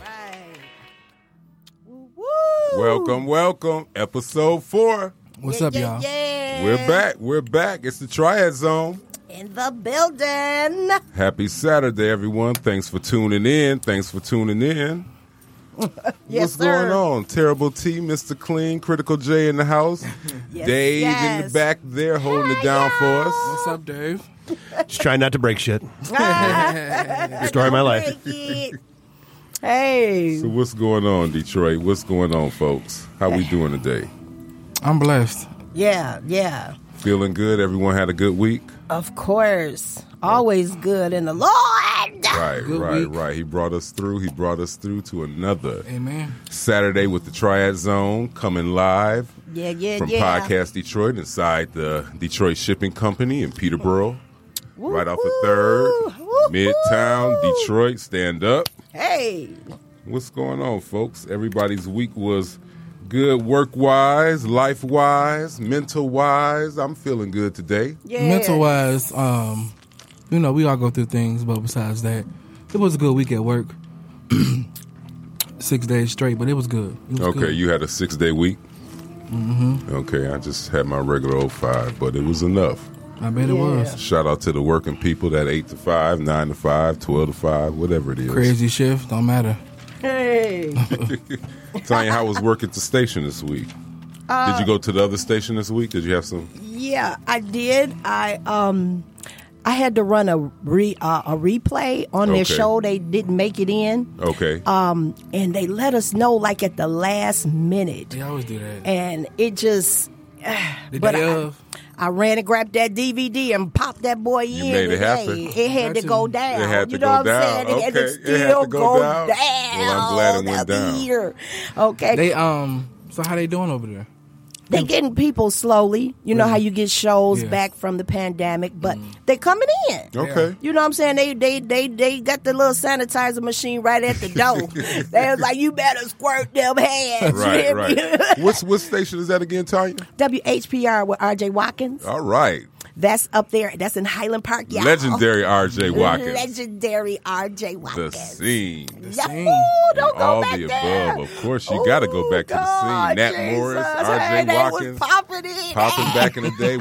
Right. Woo, woo. Welcome, welcome. Episode four. What's Yeah, up, yeah, y'all? Yeah. We're back. We're back. It's the Triad Zone. in the building. Happy Saturday, everyone. Thanks for tuning in. Thanks for tuning in. Yes, What's sir. going on? Terrible T, Mr. Clean, Critical J in the house. Yes, Dave in yes. the back there holding it down for us. What's up, Dave? Just trying not to break shit. Story of my life. Break it. Hey. So what's going on, Detroit? What's going on, folks? How we doing today? I'm blessed. Yeah, yeah. Feeling good? Everyone had a good week? Of course. Always good in the Lord. Right, Good right, week. right. He brought us through. He brought us through to another Amen. Saturday with the Triad Zone coming live Yeah, yeah, from yeah. Podcast Detroit inside the Detroit Shipping Company in Peterborough. Woo, right off woo. the third, Woo, Midtown, woo. Detroit. Stand up. Hey. What's going on, folks? Everybody's week was good work wise, life wise, mental wise. I'm feeling good today. Yeah. Mental wise, um, you know, we all go through things, but besides that, it was a good week at work. Six days straight, but it was good. It was Okay, good. you had a six day week. Mm-hmm. Okay, I just had my regular old five, but it was enough. I bet it Yeah. was. Shout out to the working people that 8 to 5, 9 to 5, 12 to 5, whatever it is. Crazy shift, don't matter. Hey. Tanya, how was work at the station this week? Did you go to the other station this week? Did you have some? Yeah, I did. I um, I had to run a re uh, a replay on their Okay. show. They didn't make it in, Okay. um, and they let us know like at the last minute, They always do that. and it just. the but day I- of, I ran and grabbed that DVD and popped that boy in. made it and, happen. hey, It had to Got go you. down. It had to you know go what I'm down. saying? It had to Okay. It had still to go down. down. Well, I'm glad it That'd went be down. here. Okay. they um. So how they doing over there? They getting people slowly. You know how Mm-hmm. you get shows Yeah. back from the pandemic, but Mm. they coming Oh, in. okay. You know what I'm saying? They they they they got the little sanitizer machine right at the door. they was like, you better squirt them hands. You Right, hear me? right. What's what station is that again, Tanya? WHPR with RJ Watkins. All right. That's up there. That's in Highland Park, y'all. Legendary RJ Watkins. Legendary RJ the Watkins. scene. Yahoo! scene. Don't And go all back the there. above. Of course, you gotta go back to the scene. Nat Morris, RJ hey, they was Watkins. popping in. Popping back in the day,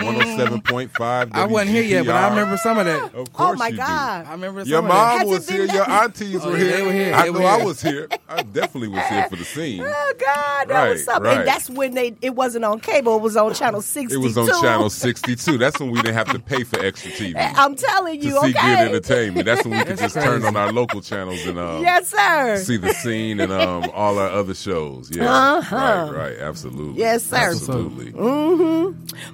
107.5. I wasn't here yet, but I WGPR. remember some of that. Of Oh course my you do. God! I remember some Your of that. mom Has it was been here. that- Your aunties Oh, were yeah, here. they were here, I they know were I here. was here. I definitely was here for the scene. Oh God, that was Right, something. right. And that's when they it wasn't on cable, it was on channel sixty It two. was on channel 62. That's when we didn't have to pay for extra TV I'm telling to you, see okay. good entertainment. That's when we could That's just crazy. turn on our local channels and um, Yes, sir. see the scene and um, all our other shows. Yeah, Uh-huh. right, right, absolutely. Yes, sir. Mm. Absolutely.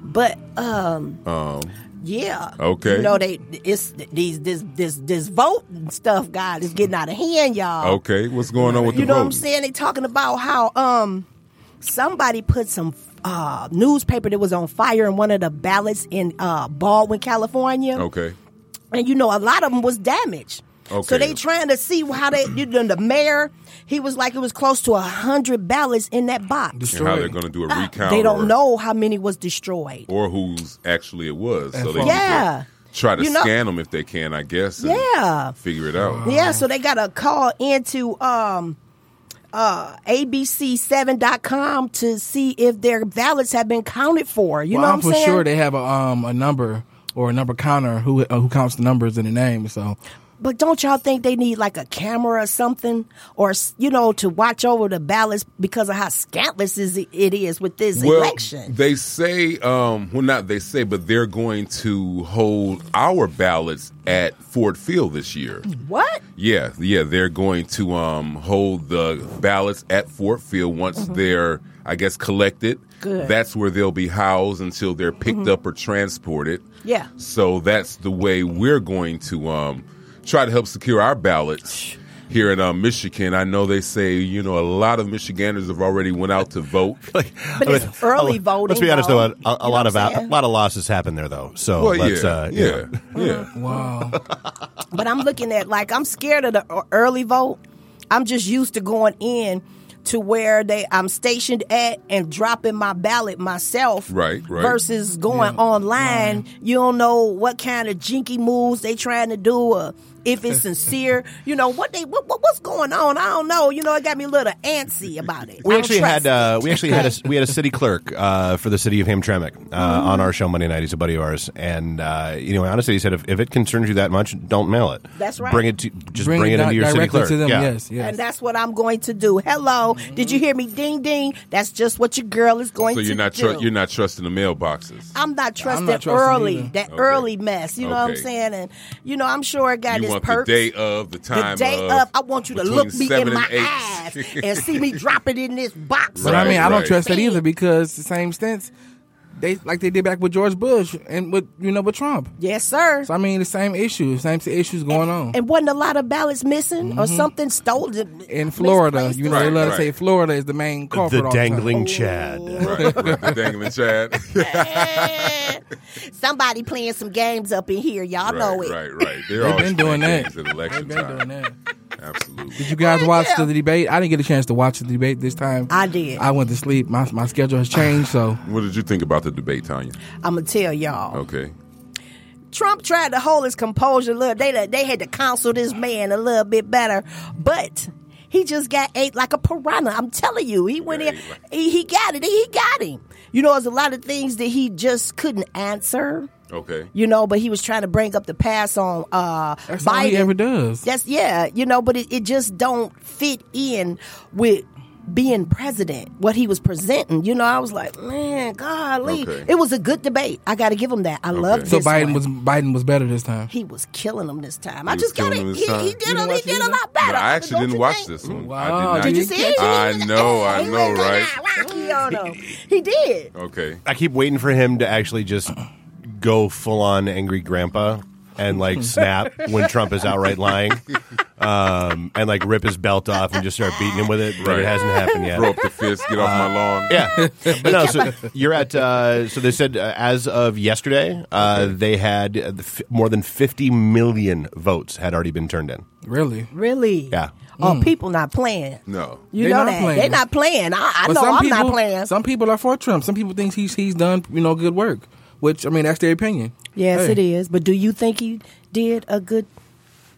But um, Um, yeah. Okay. You know they it's these this this this voting stuff, God, is getting out of hand, y'all. okay, what's going on with You the know what voting? I'm saying? They talking about how um somebody put some uh newspaper that was on fire in one of the ballots in uh Baldwin, California. Okay, and you know a lot of them was damaged. So Okay. they trying to see how they you know, the mayor he was like it was close to a hundred ballots in that box. and how Destroyed. they're going to do a recount? Ah, They or, don't know how many was destroyed. or who's actually it was. So they need to Yeah. try to You know- scan them if they can, I guess. and Yeah. figure it out. Yeah, so they got a call into um uh abc7.com to see if their ballots have been counted for. You well, know what I'm I'm for saying? sure they have a um a number or a number counter who uh, who counts the numbers in the name. So But don't y'all think they need like a camera or something, or you know, to watch over the ballots because of how scantless is it it is with this well, election? They say, um, well, not they say, but they're going to hold our ballots at Ford Field this year. what? Yeah, yeah, they're going to um, hold the ballots at Fort Field once they're, I guess, collected. Mm-hmm. Good. Mm-hmm. That's where they'll be housed until they're picked up or transported. Yeah. So that's the way we're going to um, try to help secure our ballots here in um, Michigan. I know they say, you know, a lot of Michiganers have already went out to vote. Like, But it's early voting, Let's be honest, though. though. A, a You lot know of what I'm a saying? lot of losses happened there, though. Oh, So Well, let's, yeah, uh, you yeah, know. yeah. Wow. But I'm looking at like I'm scared of the ear- early vote. I'm just used to going in to where they I'm stationed at and dropping my ballot myself. Right, right. Versus going Yeah, online. You don't know what kind of jinky moves they trying to do or if it's sincere. you know what they what, what what's going on? I don't know. You know, it got me a little antsy about it. We I don't actually trust had it. uh, we actually had a, we had a city clerk uh, for the city of Hamtramck uh, Mm. on our show Monday night. He's a buddy of ours, and uh, you know, honestly, he said if, if it concerns you that much, don't mail it. That's right. Bring it to just bring, it, di- into your city directly clerk. to them. yeah. Yes. Yes. And that's what I'm going to do. Hello, did you Mm-hmm. hear me? Ding ding. That's just what your girl is going So to you're not do. tr- you're not trusting the mailboxes. I'm not trusting not trusting early either. that Okay. early mess. You know what I'm Okay. saying? And you know, I'm sure it got You its want perks. the day of the time The day of. of, I want you to between look me in seven and my eight. eyes and see me drop it in this box. But I mean, Right, I don't right. trust that either because the same stance they like they did back with George Bush and with you know with Trump. Yes, sir. So I mean, the same issue, same issues going on And wasn't a lot of ballots missing or something stolen Mm-hmm. in Florida. You know, they Right, love right. to say Florida is the main culprit. The all dangling The Chad. Oh, Right, right, the dangling Chad. misplaced. Somebody playing some games up in here. Y'all know it. right, right, right. They're They've all been doing playing that. games At election time. time. They've been doing that. Absolutely. Did you guys watch the debate? I didn't get a chance to watch the debate this time. I did. I went to sleep. My my schedule has changed, so What did you think about the debate, Tanya? I'm going to tell y'all. Okay. Trump tried to hold his composure a little. They they had to counsel this man a little bit better, but he just got ate like a piranha. I'm telling you, he went in, he, he got it, he got him. You know, there's a lot of things that he just couldn't answer. Okay. You know, but he was trying to bring up the past on uh, that's Biden. all he ever does. That's yeah, you know, but it, it just don't fit in with being president. What he was presenting, you know, I was like, man, golly, Okay. it was a good debate. I got to give him that. I love Okay. So this Biden one was Biden was better this time. he was killing them this time. I was just got killing 'em it. this He, time. he You did. didn't A, he watch did it a either? lot better. No, I actually Don't didn't you watch think? this one. Wow, I did not. Did you He see it? I He was- know, I he know, was going right? out rocky on 'em. He did. Okay. I keep waiting for him to actually just go full on angry grandpa and like snap when Trump is outright lying, um, and like rip his belt off and just start beating him with it. But Right. it hasn't happened yet. Throw up the fist. Get off my lawn. Yeah, but no. So you're at. Uh, so they said uh, as of yesterday, uh, they had uh, the f- more than 50 million votes had already been turned in. Really? Hmm. Really? Yeah. Oh, people not playing. No. You They know not that playing. they're not playing. I, I But know some I'm people, not playing. Some people are for Trump. Some people think he's he's done you know good work, which I mean that's their opinion. yes, Hey, it is. But do you think he did a good?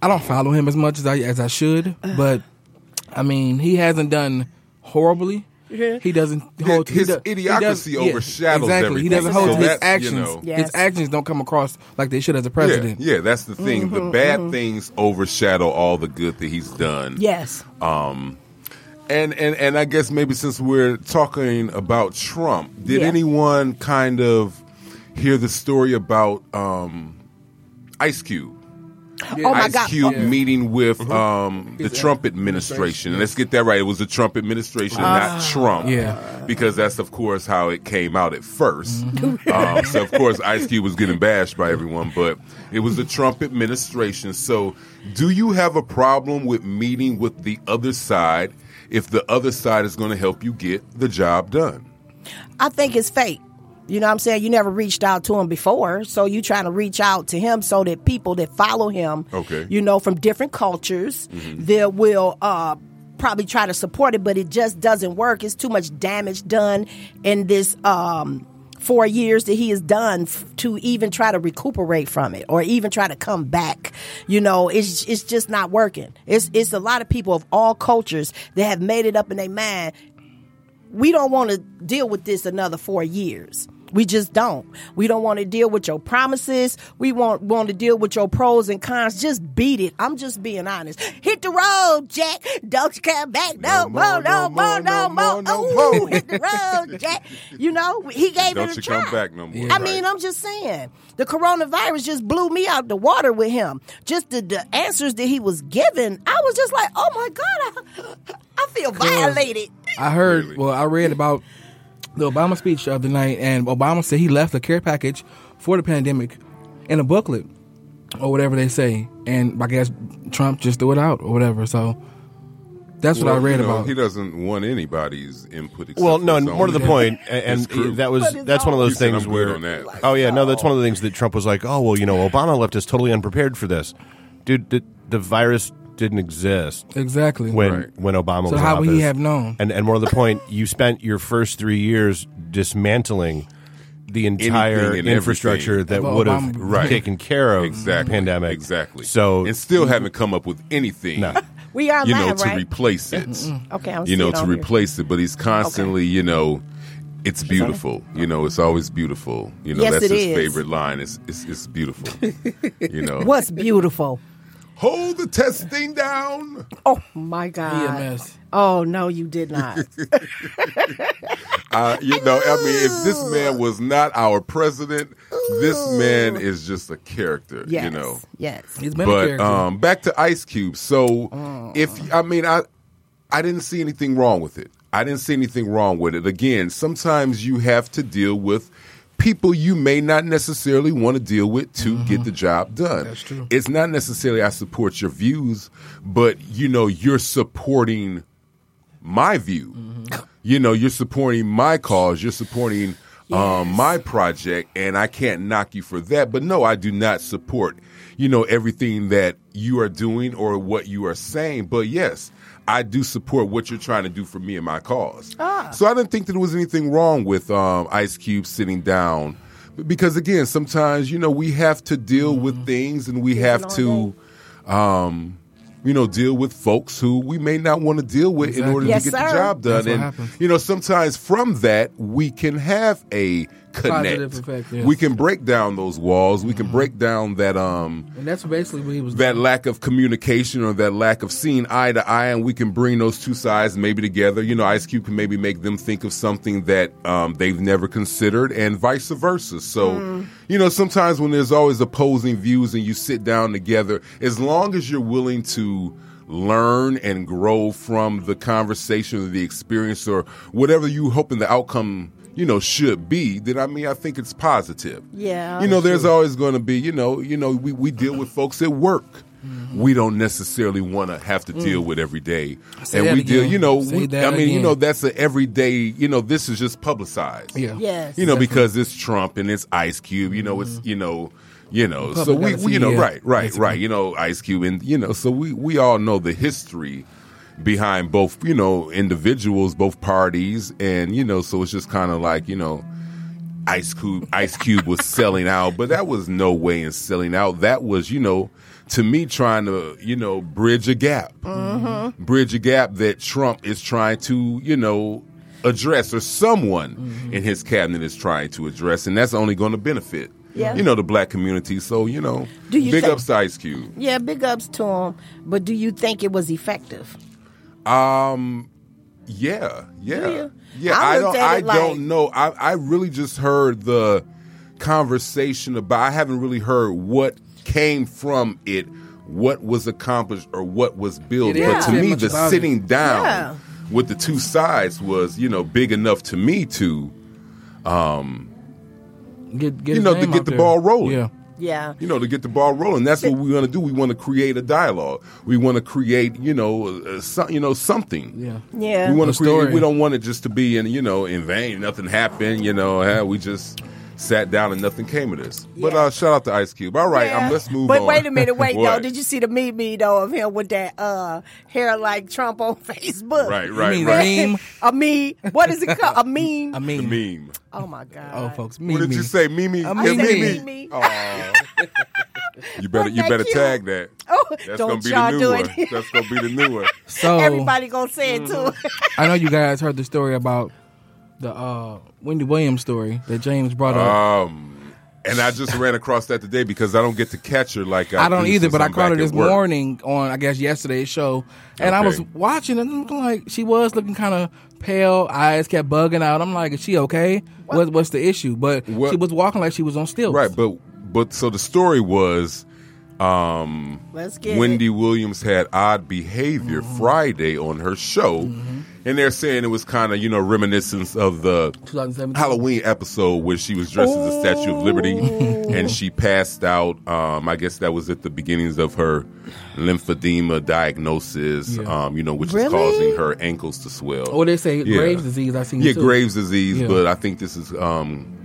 I don't follow him as much as I as I should, but I mean he hasn't done horribly. He doesn't hold His he do- he does- idiocracy overshadows exactly. He everything. doesn't hold So to his that's, you actions. know- Yes. His actions don't come across like they should as a president. Yeah, yeah, that's the thing. the Mm-hmm, bad things overshadow all the good that he's done. Yes. And and and I guess maybe since we're talking about Trump, did Yeah. anyone kind of hear the story about um, Ice Cube? Oh my Ice God. Cube Yeah. meeting with um, the Trump administration. And let's get that right. It was the Trump administration, Uh, not Trump. Yeah. Because that's, of course, how it came out at 1st Mm-hmm. um, so, of course, Ice Cube was getting bashed by everyone, but it was the Trump administration. So, do you have a problem with meeting with the other side if the other side is going to help you get the job done? I think it's fake. You know what I'm saying? You never reached out to him before, so you trying to reach out to him so that people that follow him, Okay. you know, from different cultures, that will uh, probably try to support it, but it just doesn't work. It's too much damage done in this um, four years that he has done f- to even try to recuperate from it or even try to come back. You know, it's it's just not working. It's it's a lot of people of all cultures that have made it up in their mind we don't want to deal with this another four years. We just don't. We don't want to deal with your promises. We want want to deal with your pros and cons. Just beat it. I'm just being honest. Hit the road, Jack. Don't you come back no, more, no more, no more. no Ooh, more. hit the road, Jack. You know he gave Don't it a you try. come back no more. I Right. mean, I'm just saying the coronavirus just blew me out the water with him. Just the, the answers that he was giving, I was just like, oh my god, I, I feel violated. I heard. Well, I read about the Obama speech of the night, and Obama said he left a care package for the pandemic in a booklet or whatever they say, and I guess Trump just threw it out or whatever. So that's what I Well, read you know, about. He doesn't want anybody's input. except Well, for no, his and more to own. the point, and, It's true. and that was But it's that's one of all- those You said things I'm good where. on that. Oh yeah, no, that's one of the things that Trump was like, oh well, you know, Obama left us totally unprepared for this, dude. The, the virus didn't exist exactly. when Right. when Obama So was. in how would he office. have known? And and more to the point, you spent your first three years dismantling the entire Anything and infrastructure everything. that Of would have Obama. Right. taken care of exactly the pandemic exactly. So and still haven't come up with anything. No. We are you lying, know, to right? replace it. Okay, I'm you know, sitting to on here. replace it. But he's constantly, you know, it's beautiful. You know, it's always beautiful. You know, Yes, that's it his is. favorite line. It's it's, it's beautiful. you know, What's beautiful? hold the testing down. Oh my god. He a mess. Oh no, you did not. Uh, you know, I mean, if this man was not our president, this man is just a character. Yes. You know, Yes. He's been a but character. um, back to Ice Cube. So if I mean I I didn't see anything wrong with it. I didn't see anything wrong with it. Again, sometimes you have to deal with people you may not necessarily want to deal with to get the job done. Mm-hmm. That's true. It's not necessarily I support your views, but you know you're supporting my view. You know, you're supporting my cause, you're supporting um, my project, and I can't knock you for that. But no, I do not support, you know, everything that you are doing or what you are saying. But yes, I do support what you're trying to do for me and my cause. So I didn't think that there was anything wrong with um, Ice Cube sitting down. Because again, sometimes, you know, we have to deal with things and we have long to um, you know, deal with folks who we may not want to deal with in Exactly. order Yes, to get sir. the job done. That's what and happens. you know, sometimes from that we can have a connect. Positive effect, yes. Mm-hmm. We can break down those walls. We can break down that um and that's basically what he was. that lack of communication or that lack of seeing eye to eye, and we can bring those two sides maybe together. You know, Ice Cube can maybe make them think of something that um, they've never considered, and vice versa. So, you know, sometimes when there's always opposing views and you sit down together, as long as you're willing to learn and grow from the conversation or the experience or whatever you hoping the outcome you know should be then i mean i think it's positive Yeah. you know there's always going to be you know you know we, we deal with folks at work Mm-hmm. we don't necessarily want to have to deal with every day Mm. Say and that we deal again. you know Say we, that i mean you again. know that's an everyday you know this is just publicized Yeah. Yes. you know because it's trump and it's ice cube you know Mm-hmm. it's you know you know so we, we you know Publicity, yeah, right right basically. right you know ice cube and you know so we we all know the history behind both you know individuals both parties and you know so it's just kind of like you know Ice Cube Ice Cube was selling out, but that was no way in selling out. That was, you know, to me trying to, you know, bridge a gap. Mm-hmm. Bridge a gap that Trump is trying to, you know, address or someone Mm-hmm. in his cabinet is trying to address and that's only going to benefit. Yeah. You know, the black community. So, you know, Do you big think- ups to Ice Cube. Yeah, big ups to him. But do you think it was effective? Yeah, yeah, Do you? yeah. I I, looked don't. at I it like- don't know. I I really just heard the conversation about. I haven't really heard what came from it, what was accomplished, or what was built. Yeah, they But to didn't say me, much the about it. sitting down Yeah. with the two sides was, you know, big enough to me to, Get, get you his know, to name get out the there. ball rolling. Yeah. Yeah. you know, to get the ball rolling. That's what we want to do. We want to create a dialogue. We want to create, you know, uh, so, you know, something. Yeah. Yeah. We want A to create. story. We don't want it just to be in, you know, in vain. Nothing happened. You know, eh, we just sat down and nothing came of this. But Yeah. uh, shout out to Ice Cube. All right, Yeah. um, let's move but on. wait a minute, wait though. What? Did you see the meme me though of him with that uh hair like Trump on Facebook? Right, I right, mean, right. meme. a meme. What is it called? A meme. I mean, Meme. oh my god. oh, folks, meme. What did you meme. say, Mimi? I Yeah, I said mean, Mimi. meme me. Aw. you better, you that better cute? tag that. Oh, That's don't gonna be y'all the new do one. it. That's gonna be the new one. So Mm-hmm. Everybody gonna say it too. I know you guys heard the story about the uh, Wendy Williams story that James brought up. And I just ran across that today because I don't get to catch her like I, I don't do either, since but I I'm caught her back at this work. morning on I guess yesterday's show, and I was Okay. watching and looking like she was looking kind of pale, eyes kept bugging out. I'm like, is she okay? What, what's the issue? But What- she was walking like she was on stilts. Right, but but so the story was Let's get Wendy Williams had odd behavior Friday on her show, and they're saying it was kind of you know reminiscence of the 2017. Halloween episode where she was dressed as the Statue of Liberty and she passed out. Um, I guess that was at the beginnings of her lymphedema diagnosis. Um, you know, which Really? is causing her ankles to swell. Or Oh, they say Yeah. Graves' disease. I seen yeah, too. Graves' disease, Yeah. but I think this is um,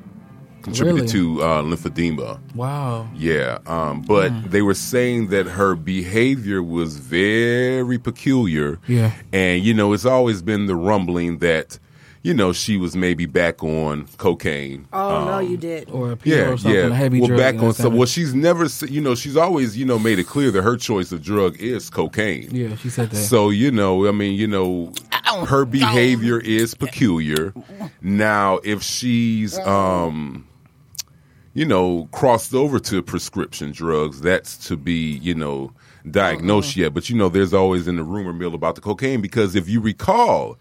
contributed to uh, lymphedema. Wow. Yeah, um, but Hmm. they were saying that her behavior was very peculiar. Yeah. and you know, it's always been the rumbling that, you know, she was maybe back on cocaine. Oh no, um, you did. Or a yeah, yeah, or something. yeah. A heavy well, drug back and on that some. kind Well, of- she's never, s- you know, she's always, you know, made it clear that her choice of drug is cocaine. yeah, she said that. So you know, I mean, you know, her behavior is peculiar. Now, if she's, um, you know, crossed over to prescription drugs, that's to be, you know, diagnosed yet. But you know, there's always in the rumor mill about the cocaine because if you recall,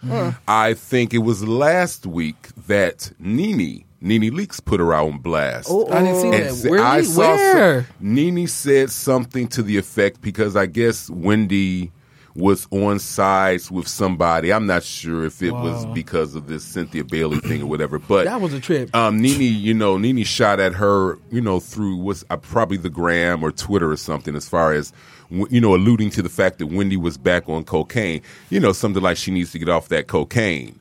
I think it was last week that Nene Nene Leaks put her out on blast. I didn't see And that. sa- Where? I saw some- Where? Nene said something to the effect because I guess Wendy was on sides with somebody. I'm not sure if it was because of this Cynthia Bailey thing or whatever, but That was a trip. um, Nene, you know, Nene shot at her, you know, through what's uh, probably the gram or Twitter or something, as far as w- you know, alluding to the fact that Wendy was back on cocaine. You know, something like she needs to get off that cocaine.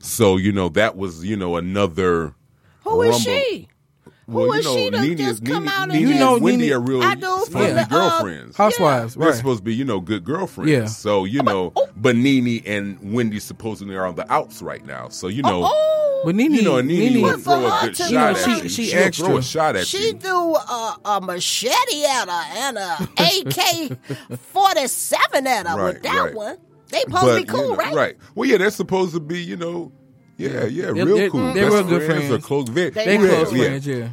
So you know, that was you know another. Who is rumble. she? Well, Who you is know, she to Nene just is- come Nene- out Nene and You and just know, Wendy Nene- are real I do supposed from to the, be uh, girlfriends. Housewives, They're right? supposed to be, you know, good girlfriends. Yeah. So, you know, Oh, but Nene and Wendy supposedly are on the outs right now. So, you know, Oh, but Nene, you know, and Nene, Nene- will throw a But good for her shot to- You at know, you. she- she She'll throw a extra. shot at She you. threw a, a machete at her and a AK forty seven at her Right, with that right. one. They supposed to be you cool, know, right? Well, yeah, they're supposed to be, you know, yeah, yeah, real they're- cool. they Best were good friends. or close. They, they Yeah, close yeah. friends. Yeah.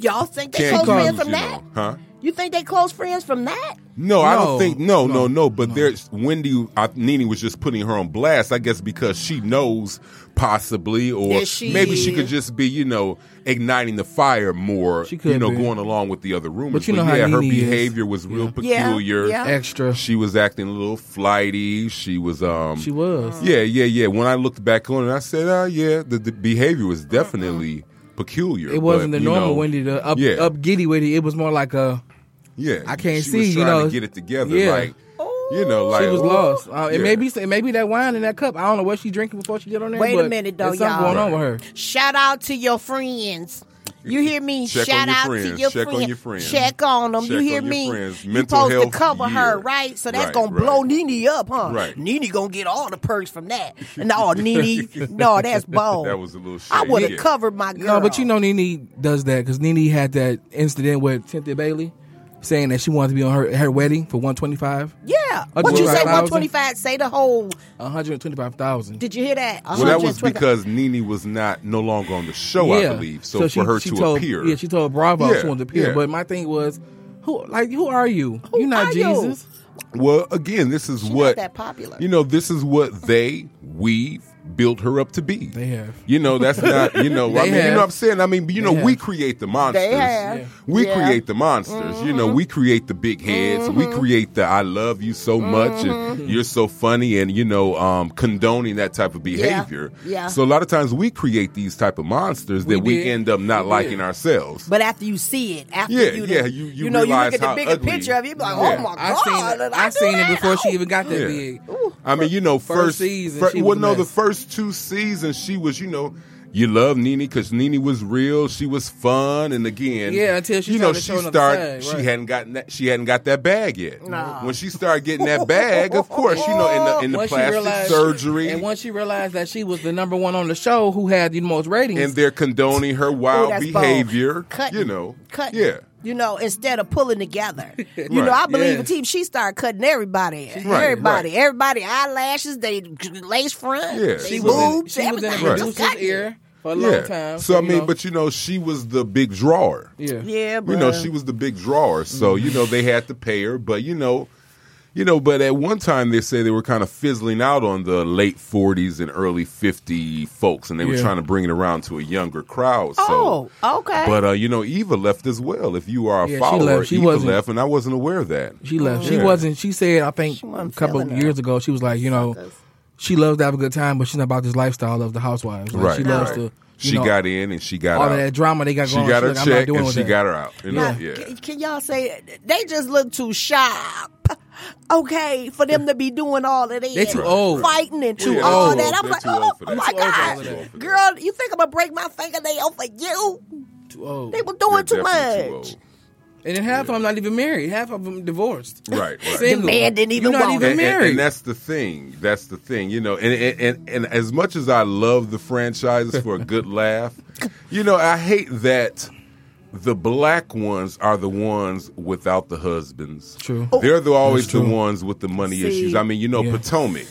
Y'all think they Can't close friends confuse, from you that? know, huh? You think they close friends from that? No, I don't No, think. No, no, no. no, but there's Wendy. I, Nene was just putting her on blast, I guess, because she knows possibly, or That she- maybe she could just be, you know, igniting the fire more. She could you know, be. going along with the other rumors. But you know how yeah, her Nene is. behavior was real Yeah, peculiar. yeah. Extra. She was acting a little flighty. She was. um She was. Yeah, yeah, yeah. When I looked back on it, I said, "Ah, yeah, the, the behavior was definitely peculiar." It wasn't but, the you normal know, Wendy, the up yeah. up giddy Wendy. It was more like uh, a Yeah, I can't she see, Was you trying know. to get it together. Yeah. Like, you know, like oh, she was ooh, lost. Uh, yeah. It may be it may be that wine in that cup. I don't know what she drinking before she get on there. Wait a but minute, though, there's something y'all. going on with her. Shout out to your friends. You hear me? Check on Shout your out friends. to your Check on friends. your friends. Check on them. you Check hear on your me? friends. You Mental supposed to health cover year. her, right? So that's Right, gonna right. blow Nene up, huh? Right. Nene gonna get all the perks from that. No, Nene, no, that's bone. That was a little shade. I would have yeah. covered my girl. No, but you know Nene does that because Nene had that incident with Cynthia Bailey saying that she wanted to be on her, her wedding for one twenty five. yeah. A What you say? 25,000? One twenty five. Say the whole. One hundred twenty five thousand. Did you hear that? Well, that was 125,000. because Nene was not no longer on the show, Oh, I believe. So, for she- her she to told, appear, yeah, she told Bravo Yeah, she wanted to appear. yeah. But my thing was, who like who are you? Who You're not are you? Jesus. well, again, this is She not what that popular. You know, this is what they we built her up to be. They have. You know, that's not. You know, I They mean, you know have. what I'm saying. I mean, you know, They we have. create the monsters. have. Yeah. We Yeah. Mm-hmm. create the monsters. You know, we create the big heads. We create the I love you so much Mm-hmm. and you're so funny and you know um, condoning that type of behavior. Yeah. So a lot of times we create these type of monsters that we, We did. end up not We liking did. ourselves. But after you see it, after Yeah, you, yeah, done- you- you know, you realize look at the how bigger ugly- picture of it, you be like, Yeah. oh my god, I seen it, did I do seen it that? before she Oh. even got that Yeah. big. I mean, you know, First first, season, fir- she well, was a no, the mess. first two seasons, she was, you know, you love Nene because Nene was real. She was fun, and again, Yeah, until she you know, started she showing the bag, She right. hadn't gotten that. She hadn't got that bag yet. When she started getting that bag, of course, you know, in the in the Once she plastic realized- surgery, and and, once she realized that she was the number one on the show who had the most ratings, they're condoning her wild that's bold. Uh, behavior. Cutting. You know, Cutting. yeah. You know, instead of pulling together. You know, Right, I believe yeah. in team. She started cutting everybody. right. everybody. Everybody eyelashes, they lace front, Yeah. they She was in- boobs, she was in a everything. Right. Just producer's cut it. ear for a yeah. long time. So I you mean, know. but you know, she was the big drawer. yeah, Yeah, You but know, she was the big drawer. So, you know, they had to pay her, but you know, you know, but at one time they say they were kind of fizzling out on the late 40s and early 50 folks and they were Yeah. trying to bring it around to a younger crowd. Oh, So okay. But uh, you know, Eva left as well. If you are a Yeah, she follower, left. She Eva wasn't- left and I wasn't aware of that. she left. She Yeah. wasn't. She said, I think a wasn't couple feeling years it. ago, she was like, you know, Suckers. she loves to have a good time, but she's not about this lifestyle of the housewives. Like, right. She loves right. to. you she know, got in and she got all out. of that drama they got she going. got her she's like, I'm not check doing and with she that. got her out. You know? Now, Yeah. Can, can y'all say they just look too sharp? Okay, for them to be doing all of that, They too old. fighting and too Yeah, they're all too that. old. I'm They're like, too oh, old for that. my They're too old for god, all of that. girl, you think I'm gonna break my fingernail for you? Too old. They were doing They're too much. definitely old. And then half of them not even married. Half of them divorced. Right, right. Single. The man didn't even You're not want even it. and, and- married. and that's the thing. That's the thing. You know, and and, and and as much as I love the franchises for a good laugh, you know, I hate that the black ones are the ones without the husbands. True. They're the, always That's the true. ones with the money See. issues. I mean, you know, Yeah. Potomac.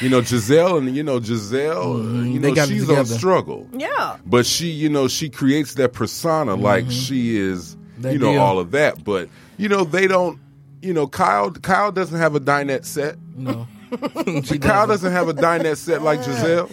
You know, Giselle and you know, Giselle, uh, you Mm, they know, got it she's on together. struggle. Yeah. But she, you know, she creates that persona like she is, Mm-hmm. That you know, deal. all of that. But you know, they don't. You know, Kyle. Kyle doesn't have a dinette set. No. Kyle doesn't have a dinette set like Giselle.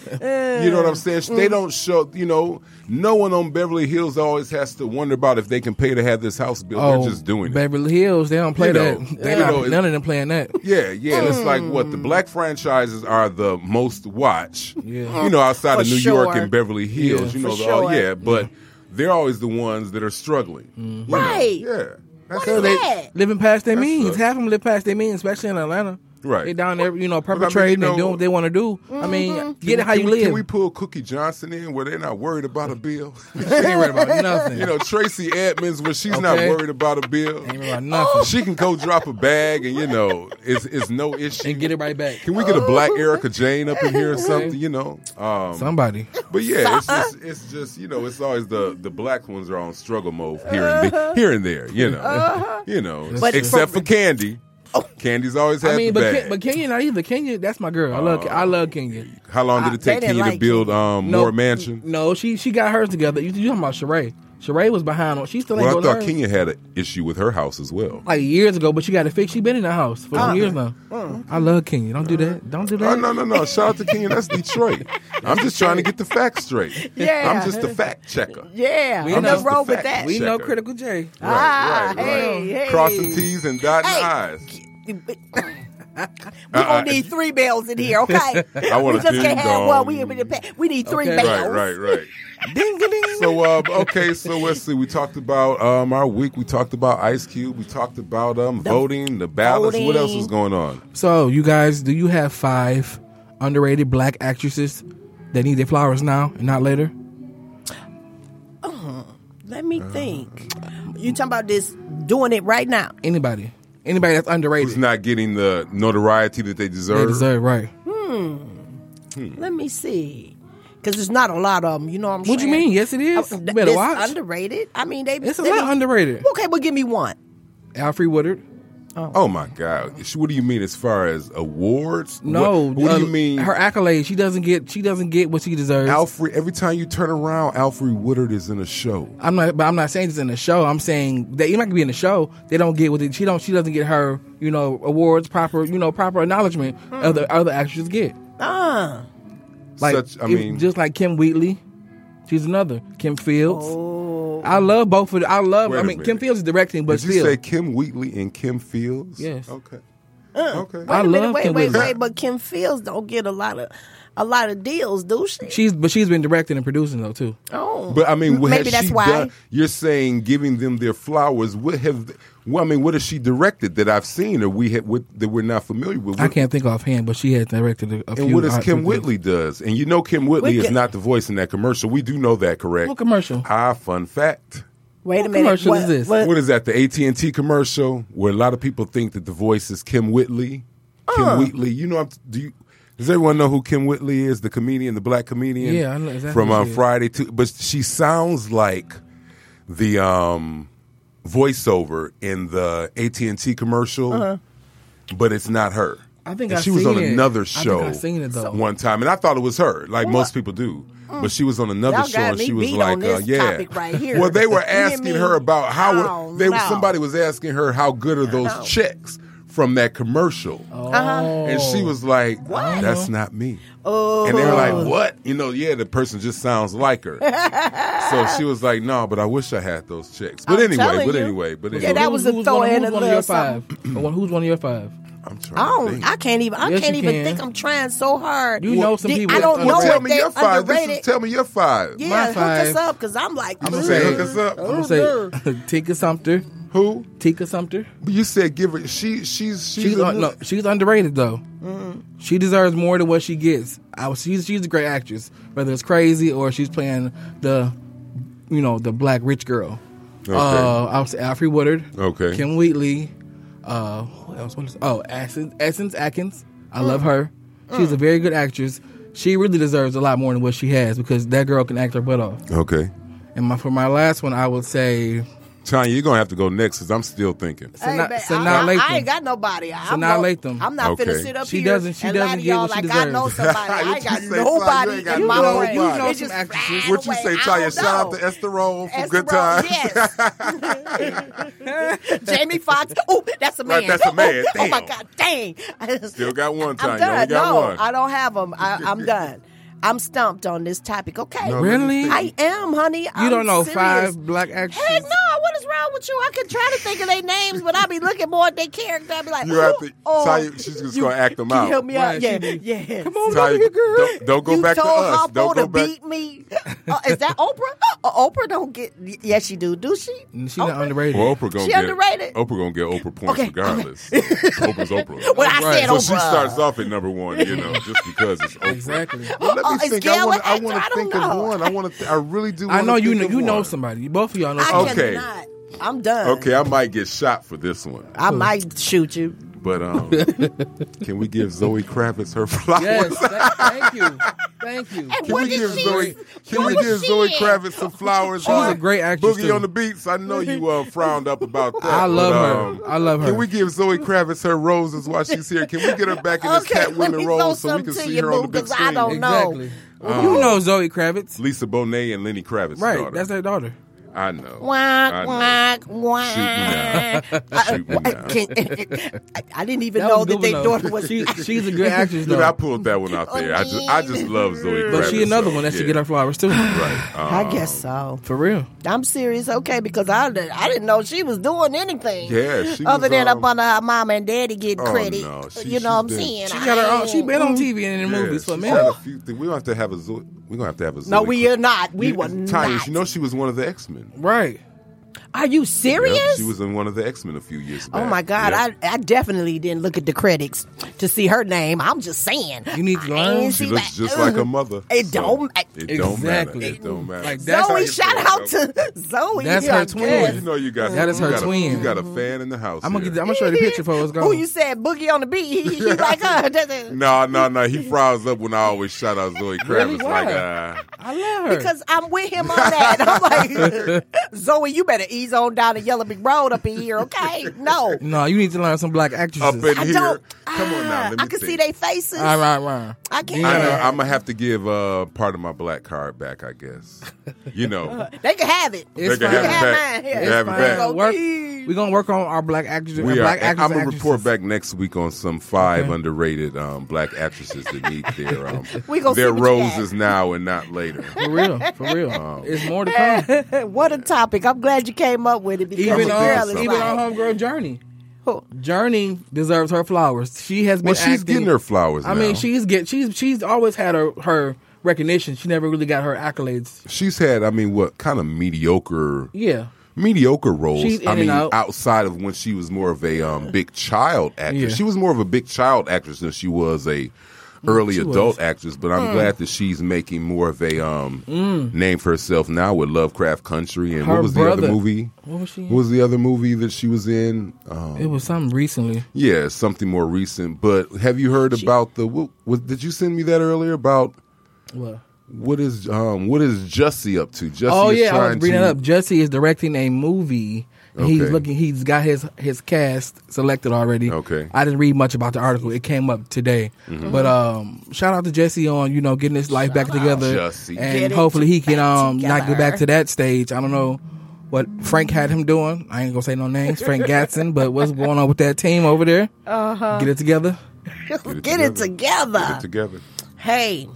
You know what I'm saying? They don't show. You know, no one on Beverly Hills always has to wonder about if they can pay to have this house built. Oh, They're just doing it. Beverly Hills, they don't play You know, that. you They not, know, it- none of them playing that. Yeah, yeah. and It's like what Hmm. the black franchises are the most watch. Yeah. You know, outside of For New York sure. and Beverly Hills. Yeah. you For know, the- oh, sure. yeah, but they're always the ones that are struggling. Mm-hmm. You know, Right. Yeah. That's What is they- that? Living past their means. right. Half of them live past their means, especially in Atlanta. Right. They down there, you know, mean, perpetrating you know- and doing what they want to do. I mean, get it how Can you we- live. Can we pull Cookie Johnson in where they're not worried about a bill? She ain't worried about nothing. you know, Tracy Edmonds where she's not Okay. worried about a bill. Ain't worried about nothing. She can go drop a bag and you know, it's it's no issue. And get it right back. Can we get a black Erica Jane up in here or something? You know, um, Somebody. But yeah, it's just, it's just you know, it's always the the black ones are on struggle mode here and the, here and there, you know, you know, But except for- for Candy. Candy's always had I mean, the but, bag. Ken, but Kenya not either. Kenya, that's my girl. I love, I love Kenya. How long did it They take didn't Kenya to like build um, No more mansion? No, she she got hers together. You, you talking about Sheree? Sheree was behind on. She still ain't Well, I got thought hers. Kenya had an issue with her house as well. like years ago, but she got it fixed. She been in the house for some years now. I love Kenya. Don't do that. Don't do Oh, that. no, no, no! Shout out to Kenya. That's Detroit. I'm just trying to get the facts straight. Yeah. I'm just a fact checker. Yeah, We I'm know. just roll with Fact. that. We know Checker. Critical J. Ah, Right, right, right. hey, hey. Crossing T's and dotting Hey. I's. we gonna need three bells in here, okay? Uh-uh. I want we a just can't have ding-dong. one. We, we, we need three Okay. bells. Right, right, right. Ding ding. ding. So uh, okay, so let's see. We talked about um, our week. We talked about Ice Cube. We talked about um, voting, the ballots. What else was going on? So, you guys, do you have five underrated black actresses that need their flowers now and not later? Let Uh-huh. me think. You talking about this doing it right now? Anybody? Anybody that's underrated? Who's not getting the notoriety that they deserve? they deserve right. Let me see, because there's not a lot of them. You know what I'm What saying? you mean? Yes, it is. Uh, You better it's watch. Underrated. I mean, they. It's a they lot be- underrated. Okay, well, give me one. Alfred Woodard. Oh my God! Sh- What do you mean as far as awards? No. What, what uh, do you mean? Her accolades. She doesn't get. She doesn't get what she deserves. Alfred. Every time you turn around, Alfred Woodard is in a show. I'm not, but I'm not saying this in the show. I'm saying that you might be in the show. They don't get what it, she don't. She doesn't get her, you know, awards proper, you know, proper acknowledgement. Other other actors get Ah, like, Such. I if- mean, just like Kim Wheatley, she's another Kim Fields. Oh. I love both of. the- I love. Wait I a mean, Kim minute. Fields is directing, but did you still, say Kim Wheatley and Kim Fields? Yes. Okay. okay. wait I a minute. love Wait, Kim wait, Wilson. wait. But Kim Fields don't get a lot of a lot of deals, do she? she's but she's been directing and producing though too. oh, But I mean, what maybe has that's she why. done? You're saying giving them their flowers. What have? Well, I mean, what has she directed that I've seen or we had with, that we're not familiar with? I What- can't think offhand, but she has directed a, a few. And what does art- Kim Whitley does? And you know, Kim Whitley is get- not the voice in that commercial. We do know that, correct? What commercial? Ah, fun fact. Wait a What minute. commercial is this? What is that? The AT and T commercial where a lot of people think that the voice is Kim Whitley. Kim Uh. Whitley. You know, I'm- do you? Does everyone know who Kim Whitley is? The comedian, the black comedian. Yeah, I know exactly from uh, who um, she is. Friday to, but she sounds like the um voiceover in the AT and T commercial, but it's not her. Uh-huh. I think And I she was seen on it. I another think I show seen it, though. uh. one time, and I thought it was her, like most people do. But she was on another Y'all show, got and me she was beat like, on this uh, "Yeah." topic right here. Well, they were Me and asking me. her about how Oh, they no. Oh. somebody was asking her how good are those No. checks from that commercial. And she was like, Uh-huh. What? "That's not me." Oh. And they were like, "What?" You know, yeah, the person just sounds like her. so she was like, "No, but I wish I had those checks." But I'm anyway, telling but you. anyway, but Yeah, anyway, that was a who's throw one, in who's a one of your little five? Or one- who's one of your five? I'm trying. I to don't. think. I can't even. I Yes, can't you even can. think. I'm trying so hard. You know some Did- people I that's don't well, know underrated. tell if me they your five. This is, underrated. tell me your five. yeah, My hook five. us up because I'm like, I'm gonna ooh. say hook us up. Oh, I'm gonna say Tika Sumter. Who? Tika Sumter. You said give her. She. She's. She's. She's a Mm-hmm. un- new- no, she's underrated though. She deserves more than what she gets. I was, she's she's a great actress, whether it's crazy or she's playing the, you know, the black rich girl. Okay. Uh, I would say Alfred Woodard. Okay. Kim Wheatley. Uh, who else? What is, oh, Essence, Essence Atkins. I love Mm. her. She's a very good actress. She really deserves a lot more than what she has because that girl can act her butt off. Okay. And my, for my last one, I would say Tanya, you're gonna have to go next because I'm still thinking. Hey, Sanaa babe, I, Sanaa I- I ain't Lathan. got nobody. I'm Sanaa not- Lathan. I'm not Okay. finna sit up She here doesn't- she and lie doesn't to get y'all what she like I deserves. know somebody. I What ain't you got say, Ty? You nobody ain't got in my nobody. brain. You know It some just actresses. fried What you away. say, I Tanya? don't Shout out know. to Esther Roll for Esther Rose, good times. Yes. Jamie Foxx. Oh, that's a man. Right, that's a man. Oh, my Damn. God, dang. Still got one, I'm Tanya. Only done. got no, one. I don't have them. I, I'm done. I'm stumped on this topic. Okay, No, let me Really? I think. am, honey. You don't know five black actresses? Heck no! What is wrong with you? I can try to think of their names, but I be looking more at their character. I be like, You have "Ooh, to- oh, Tanya, she's just gonna act them can out. You help me Right, out, she yeah, did. yeah. Come on, Ty, Over here, girl. don't, don't go you back to told us. Harpo Don't go to back. beat me. Uh, is that Oprah? Uh, Oprah don't get. y- Yes, she do. Do she? she's Oprah? not underrated. Well, Oprah gonna She get underrated. Oprah gonna get Oprah points Okay, regardless. Oprah's Oprah. Well, I Right. said so Oprah. she starts off at number one, you know, just because it's Oprah. exactly. Well, let me Uh, is think. I Gail want. an I actor? want I to don't think know. of one. I want to. Th- I really do. I wanna know you think know of you know one. somebody. Both of y'all know. I somebody. Okay. cannot. I'm done. Okay, I might get shot for this one, I might shoot you. but um, can we give Zoe Kravitz her flowers? Yes. tha- thank you. Thank you. And Can what we did give she? Zoe? Can what we was give she Zoe in? Kravitz some flowers? She's a great actress, Boogie too. on the beats. I know you uh, frowned up about that. I love her. but, um, I love her. Can we give Zoe Kravitz her roses while she's here? Can we get her back in this Okay, let me Catwoman throw role so we something can to see you, her on the boo, big 'cause I screen? don't know. No. Exactly. you know Zoe Kravitz, Lisa Bonet and Lenny Kravitz. right? daughter. That's their daughter. I know. I Whack, know. whack, Shoot me now. whack. Shoot me I, now. can- I- I didn't even That know was a that good their one, though. daughter was. She's, she's a good actress Look, though, I pulled that one out there. I just, I just love Zoe Kravitz. but she another so, one that should yeah. get her flowers too. Right. Um, I guess so. For real. I'm serious, okay? Because I, did- I didn't know she was doing anything. Yeah, she other was, than um, up under her mom and daddy getting Oh, credit. Uh, no, she- you know what I'm she's been- saying? She got her own. She been on TV and in yeah, movies for a she's minute. had a few things. We don't have to have a Zoe. We're gonna have to have a Zoe. No, we Kravitz. are not. We You- were Tanya, not. you know she was one of the X Men. Right. Are you serious? she was in one of the X Men a few years back. Oh my God! Yep. I, I definitely didn't look at the credits to see her name. I'm just saying. You need to I ain't learn. she see that. looks just like Ugh. her mother. It don't ma- It don't matter. Exactly. It don't matter. Like, that's- Zoe, Sorry, shout out to Zoe. That's yeah, her I twin. guess. You know you got That is you her got a- twin. you got a fan in the house. I'm gonna here. get. I'm gonna show you the picture for it's Who gone. you said Boogie on the beat? He, he, he like uh, her. doesn't- No, no, no. He frows up when I always shout out Zoe Kravitz. Really? Like, Why? uh, I love her. Because I'm with him on that. I'm like, Zoe, you better ease on down the Yellow Big Road up in here, okay? No. no, you need to learn some black up actresses. in I here. don't. Come on ah, now. Let me I can see think. their faces. All right, right. I can't. Yeah. I know, I'm gonna have to give uh, part of my black card back, I guess. You know, They can have it. It's they can fine. Have mine, have it back. They yeah. can have it It's back. fine. Work, Please. we gonna work on our black actors. We black are. actors I'm and gonna report actresses. back next week on some five Okay. underrated um, black actresses that need their um, We gonna see their what you got. roses now and not later. For real, for real. it's more to come. what a topic. I'm glad you came up with it because Even the on girl something. is even like, on homegirl journey. Who? Journey deserves her flowers. She has been. Well, she's acting- getting her flowers. I mean, now. she's get she's she's always had her her recognition. She never really got her accolades. she's had. I mean, what kind of mediocre Yeah, mediocre roles. She's in I and mean, out. outside of when she was more of a um, big child actress. Yeah. Mm, She was more of a big child actress than she was a early adult actress. But I'm glad that she's making more of a um, name for herself now with Lovecraft Country and Mm. Her what was the brother. other movie? What was she in? What was the other movie that she was in? Um, it was something recently. yeah, something more recent. But have you heard about the? What, what, did you send me that earlier about? What? What is um what is Jussie up to? Jussie Oh is yeah, I trying was bringing to it up. Jesse is directing a movie And He's Okay. looking. He's got his his cast selected already. Okay. Mm-hmm. I didn't read much about the article. It came up today. But um, shout out to Jesse on you know getting his life back together, Jesse. Get and it hopefully he can back um not get back together. to that stage. I don't know what Frank had him doing. I ain't gonna say no names, Frank Gatson. But what's going on with that team over there? Uh-huh. Get it together. Get, it together. Get it together. Hey,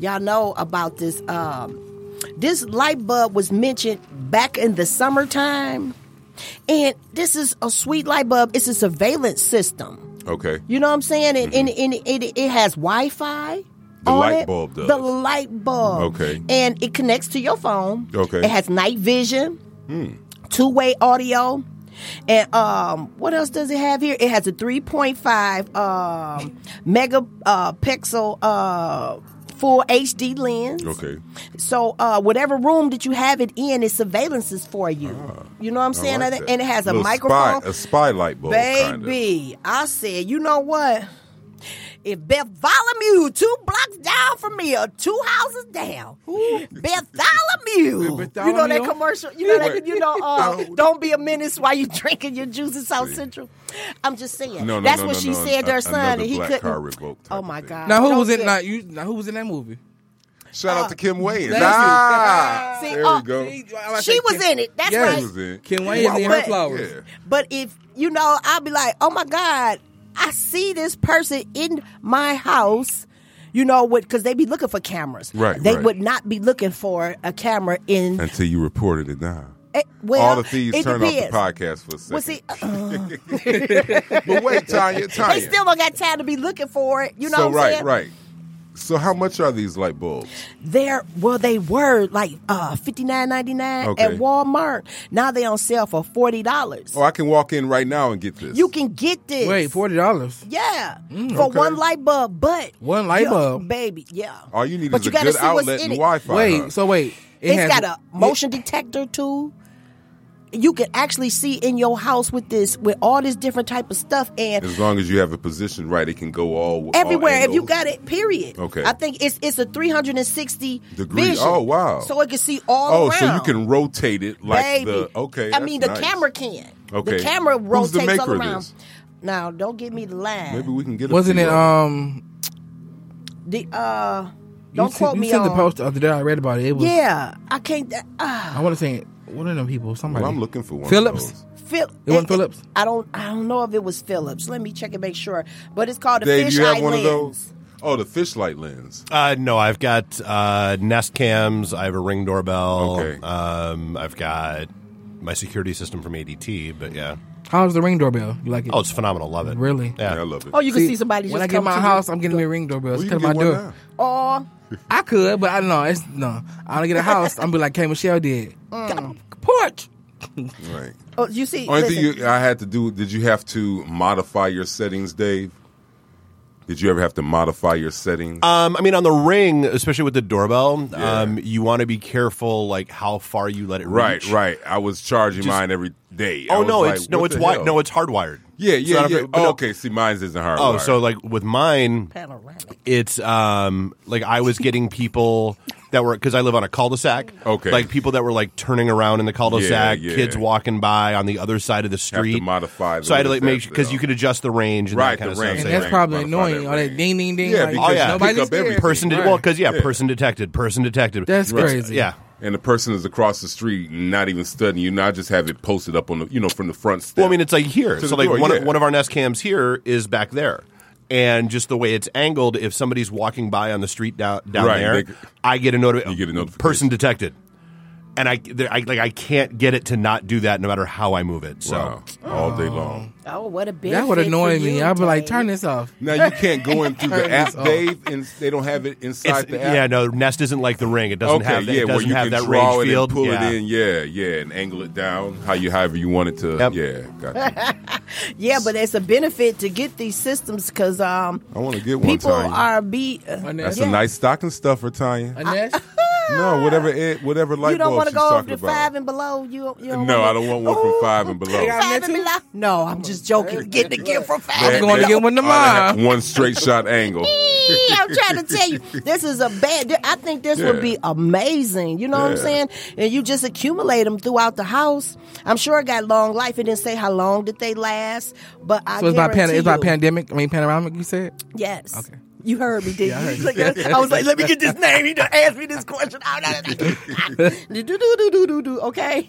y'all know about this. Um, this light bulb was mentioned back in the summertime. And this is a sweet light bulb. It's a surveillance system. Okay. Mm-hmm. You know what I'm saying? And, and, and it, it has Wi Fi. The on light it. bulb does. The light bulb. Okay. And it connects to your phone. Okay. Hmm. It has night vision, two way audio. And um, what else does it have here? It has a 3.5 um, mega uh, pixel uh, full HD lens. Okay. So uh, whatever room that you have it in, it surveillances for you. you know what I'm Ah. I saying? like And- that. and it has a Little microphone. Spy, a spy light bulb. kinda. Baby, I said, you know what? If Bartholomew, two blocks down from me, or two houses down, Bartholomew. You know that Bartholomew? commercial. You know Wait. that. You know, uh, No. don't be a menace while you drinking your juice in South Central. I'm just saying. No, no, That's no, what no, she no. said to A- her son, another and he black couldn't. car revoked type oh of my thing. God! Now who Don't was in? get- Now, you, now who was in that movie? Shout out to Oh. Kim Wayans. thank you. Ah, See, there uh, we go. See, I She said was Ken- in it. That's Yes. right. She was in. Ken Wayans in her But- flowers. Yeah. But if you know, I'll be like, oh my god, I see this person in my house. You know what? Because they be looking for cameras. Right, They right. would not be looking for a camera in. Until you reported it now. eh, well, All the thieves it turn depends. off the podcast for a second. Well, see, but wait, Tanya, Tanya. they still don't got time to be looking for it. You know so what I'm right, saying? right. So how much are these light bulbs? There, well, they were like uh, fifty nine ninety nine Okay. at Walmart. Now they on sale for forty dollars. Oh, I can walk in right now and get this. You can get this. Wait, forty dollars. Yeah, for Mm, okay. one light bulb, but One light Yeah, bulb? baby. Yeah, All you need But is you a gotta good see what's outlet in and it. Wi-Fi. huh? Wait, so wait. It it's has- got a motion detector too. You can actually see in your house with this, with all this different type of stuff, and as long as you have it positioned right, it can go all all everywhere. If you angles. got it, period. Okay. I think it's it's a three hundred and sixty Degree. Oh, wow. So it can see all Oh, around. so you can rotate it like baby. the okay. I that's mean the nice. camera can. Okay. the camera Who's rotates the all maker of around. this? Now, don't give me the line. Maybe we can get. a Wasn't few it? of them. Um, the uh, you don't sent- quote you me sent on. the post up today. I read about it. It was. Yeah, I can't. Uh, I want to say it- one of them people. Somebody. Well, I'm looking for one. Phillips. Of those. Phil- It wasn't Phillips? I don't. I don't know if it was Phillips. Let me check and make sure. But it's called a Dave, fish you have eye one lens. of those. Oh, the fishlight lens. Uh, no, I've got uh, Nest cams. I have a Ring doorbell. Okay. Um, I've got my security system from ADT. But yeah, How's the ring doorbell? You like it? oh, it's phenomenal. Love it. Really? Yeah. I love it. Oh, you can see, somebody When just I get come my to Oh, house, I'm getting me a ring doorbell. Well, It's you cut can my get one door. now. You, or I could, but I don't know. It's no. I don't get a house. I'm be like, K Michelle did. Mm. Porch. Right. oh, you see. Only listen, thing you, I had to do. Did you have to modify your settings, Dave? Did you ever have to modify your settings? Um, I mean, on the ring, especially with the doorbell, Yeah. um, you want to be careful, like how far you let it right, reach. right. I was charging mine every day. I Oh was no, like, it's no, what it's the wi- hell? no, it's hardwired. Yeah, It's yeah, not a- yeah. but no- Oh, okay, see, mine's isn't hard. Oh, so like with mine, panoramic. it's um like I was getting people that were because I live on a cul-de-sac. Okay. like people that were like turning around in the cul-de-sac, Yeah, yeah. kids walking by on the other side of the street. modify the so I had to like way make that- because you could adjust the range. And Right, that kind the of range. And Stuff. Say that's ring, probably modify annoying. that All that ring. ding, ding, ding. Yeah, like, because Oh, yeah. you nobody's pick up scared. everything. person did Right. well because yeah, Yeah. person detected, person detected. That's Right. crazy. Yeah. and the person is across the street, not even studying you. Now I just have it posted up on the, you know, from the front step. Well, I mean, it's like here. To So, the like door, one, of, yeah. one of our Nest cams here is back there. And just the way it's angled, if somebody's walking by on the street down, down Right, there, they- I get a You notification. get a notification. Person detected. And I, there- I, like, I can't get it to not do that no matter how I move it. So, wow, all day long. Oh, what a benefit. That would annoy for me. you, I'd be like, Dave. turn this off. Now you can't go in through the Turn app, this off. Dave, and they don't have it it's, inside the app. yeah, no, Nest isn't like the ring. It doesn't okay, have that, yeah, it where doesn't you have can that draw range it field. and pull yeah. it in. Yeah, yeah, and angle it down how you however you want it to. Yep. Yeah, gotcha. Yeah, but it's a benefit to get these systems because um, I want to get one. people Tanya. are be. uh, That's That's yeah. a nice stocking stuffer, Tanya. Ines? No, whatever Ed, whatever light you don't bulb want she's to go over talking to about. five and below. You, you don't no, wanna- I don't want one from Ooh, five and below. got Five me and too? below. No, I'm just joking. Getting a gift from five. That- and going to that- below. get one to all that mine. One straight shot angle. Eee, I'm trying to tell you, this is a bad. I think this would be amazing. You know what I'm Yeah. saying? And you just accumulate them throughout the house. I'm sure it got long life. It didn't say how long did they last, but I So it's by, pan- guarantee it's by you- pandemic. I mean, panoramic, you said? Yes. Okay. You heard me, didn't Yeah, I you? heard you. Like, I was like, let me get this name. He done asked me this question. do, do, do, do, do, do, okay?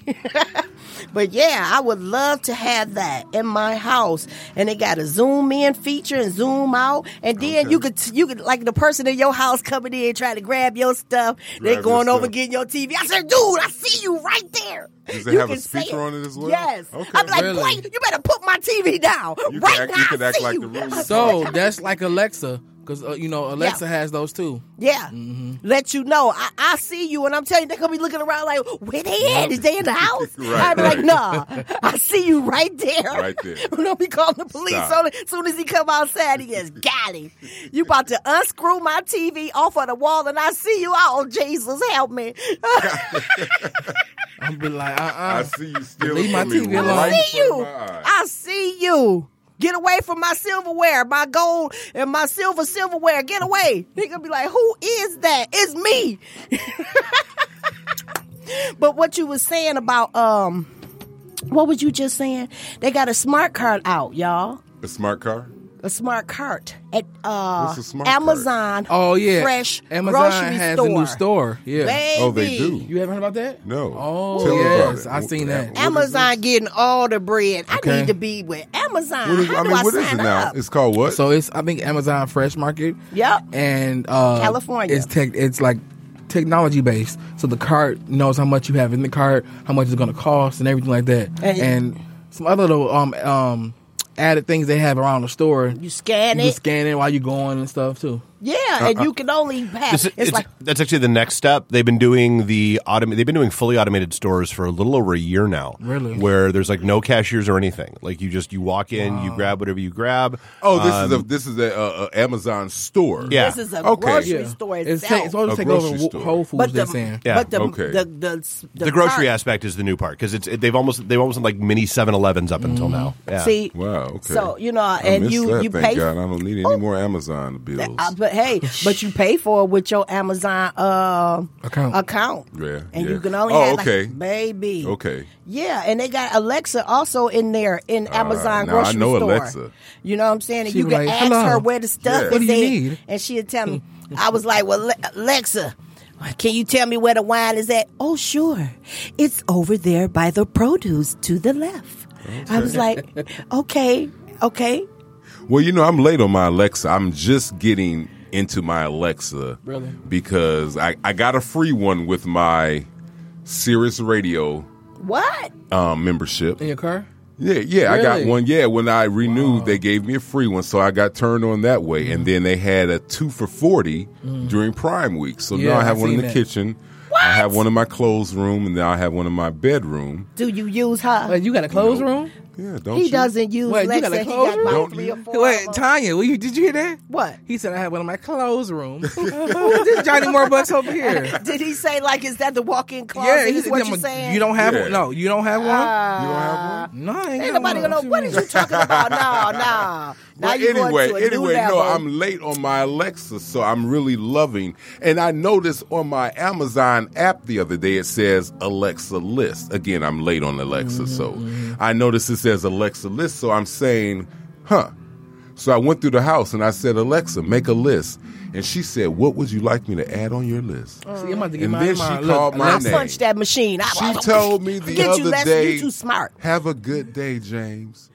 but yeah, I would love to have that in my house. And it got a zoom in feature and zoom out. And then you could, you could, like the person in your house coming in trying to grab your stuff. they Grab going your over stuff. getting your TV. I said, dude, I see you right there. Does it You have a can say speaker on it as well? Yes. Okay. I'm like, Really? boy, you better put my TV down You right can act, now. you I can act see like you. the room. is So that's like Alexa, because uh, you know Alexa has those too. Yeah. Mm-hmm. Let you know. I, I see you. And I'm telling you, they're going to be looking around like, where they at? Is they in the house? Right, I'd be right. like, nah. I see you right there. Right there. Don't be calling the police. Stop. As soon as he come outside, he is got him. You about to unscrew my TV off of the wall and I see you. Oh, Jesus, help me. I'm be like, uh, I uh see you still Leave my TV alone. I Right see you. I see you. Get away from my silverware, my gold and my silver silverware. Get away. He gonna be like, who is that? It's me. but what you was saying about um what was you just saying? They got a smart card out, y'all. A smart car. A smart cart at uh What's a smart cart? Amazon. Oh yeah, Fresh Amazon grocery has store. a new store. Yeah. Baby. Oh, they do. You haven't heard about that? No. Oh Tell me about yes, it. I seen that. What is Amazon getting all the bread. I Okay. need to be with Amazon. What is, How I do mean, what sign is it now? up? It's called what? So it's I think Amazon Fresh Market. Yep. And uh, California. It's tech. It's like technology based. So the cart knows how much you have in the cart, how much it's going to cost, and everything like that. And- And, some other little um um added things they have around the store. You scan you it. can scan it while you're going and stuff too. Yeah, uh, and you can only have it's, This is- it's- like that's actually the next step. They've been doing the autom- They've been doing fully automated stores for a little over a year now. Really? Where there's like no cashiers or anything. Like you just you walk in, you grab whatever you grab. Um, oh, this um, is a this is a, a, a Amazon store. Yeah. this is a Okay. grocery Yeah. store it's, itself. ta- it's supposed A to take over grocery Wo- store. Whole Foods. but the, they're saying. Yeah, but the, okay. the, the, the, the, grocery cart- aspect is the new part because it's it, they've almost they've almost done like mini 7-Elevens up until now. Yeah. Mm. See, Wow. Okay. So you know, I and missed you that, you thank pay. Oh. God. I don't need any more Amazon bills. uh, but hey, but you pay for it with your Amazon uh, Account. account. Yeah, and yeah. you can only Oh, have okay. like, baby. Okay. Yeah, and they got Alexa also in there in Amazon Uh, now I grocery know store. Alexa. You know what I'm saying? And She you be can like, ask "Hello, her where the stuff Yeah. is what do you at, need?" and she'd tell me. I was like, "Well, Le- Alexa, can you tell me where the wine is at?" Oh, sure. It's over there by the produce to the left. I was like, "Okay, okay." Well, you know, I'm late on my Alexa. I'm just getting into my Alexa. Really? Because I, I got a free one with my Sirius Radio What? um, membership. In your car? Yeah, yeah, I got Really? one. Yeah, when I renewed, they gave me a free one, so I got turned on that way. Mm-hmm. And then they had a two for forty during Prime Week, so Yeah, now I have I one in seen the that. kitchen. I have one in my clothes room, and now I have one in my bedroom. Do you use her? Wait, you got a clothes room? Yeah, don't he you? doesn't use Wait, you Alexa. got a he clothes got room? about Don't three you? or four. Wait, of 'em. Tanya, will you, did you hear that? What? He said I have one in my clothes room. Who's this Johnny Moore Bucks over here? Did he say like is that the walk-in closet? Yeah, is said, what "Them- you saying? Uh, You don't have Yeah. one. No, you don't have one. You don't have one. no, I ain't, Ain't got nobody one. gonna know what is you talking about. No, no. Now But you anyway, going to a new anyway, no, level. I'm late on my Alexa, so I'm really loving. And I noticed on my Amazon app the other day it says Alexa list. Again, I'm late on Alexa, Mm-hmm. so I noticed it says Alexa list. So I'm saying, huh. So I went through the house and I said, Alexa, make a list. And she said, What would you like me to add on your list? Oh, See, I'm about to get And my, then my she look, called my I Alexa. name. punched that machine. I, She told me the Forget other you, Leslie, day, You too smart. Have a good day, James.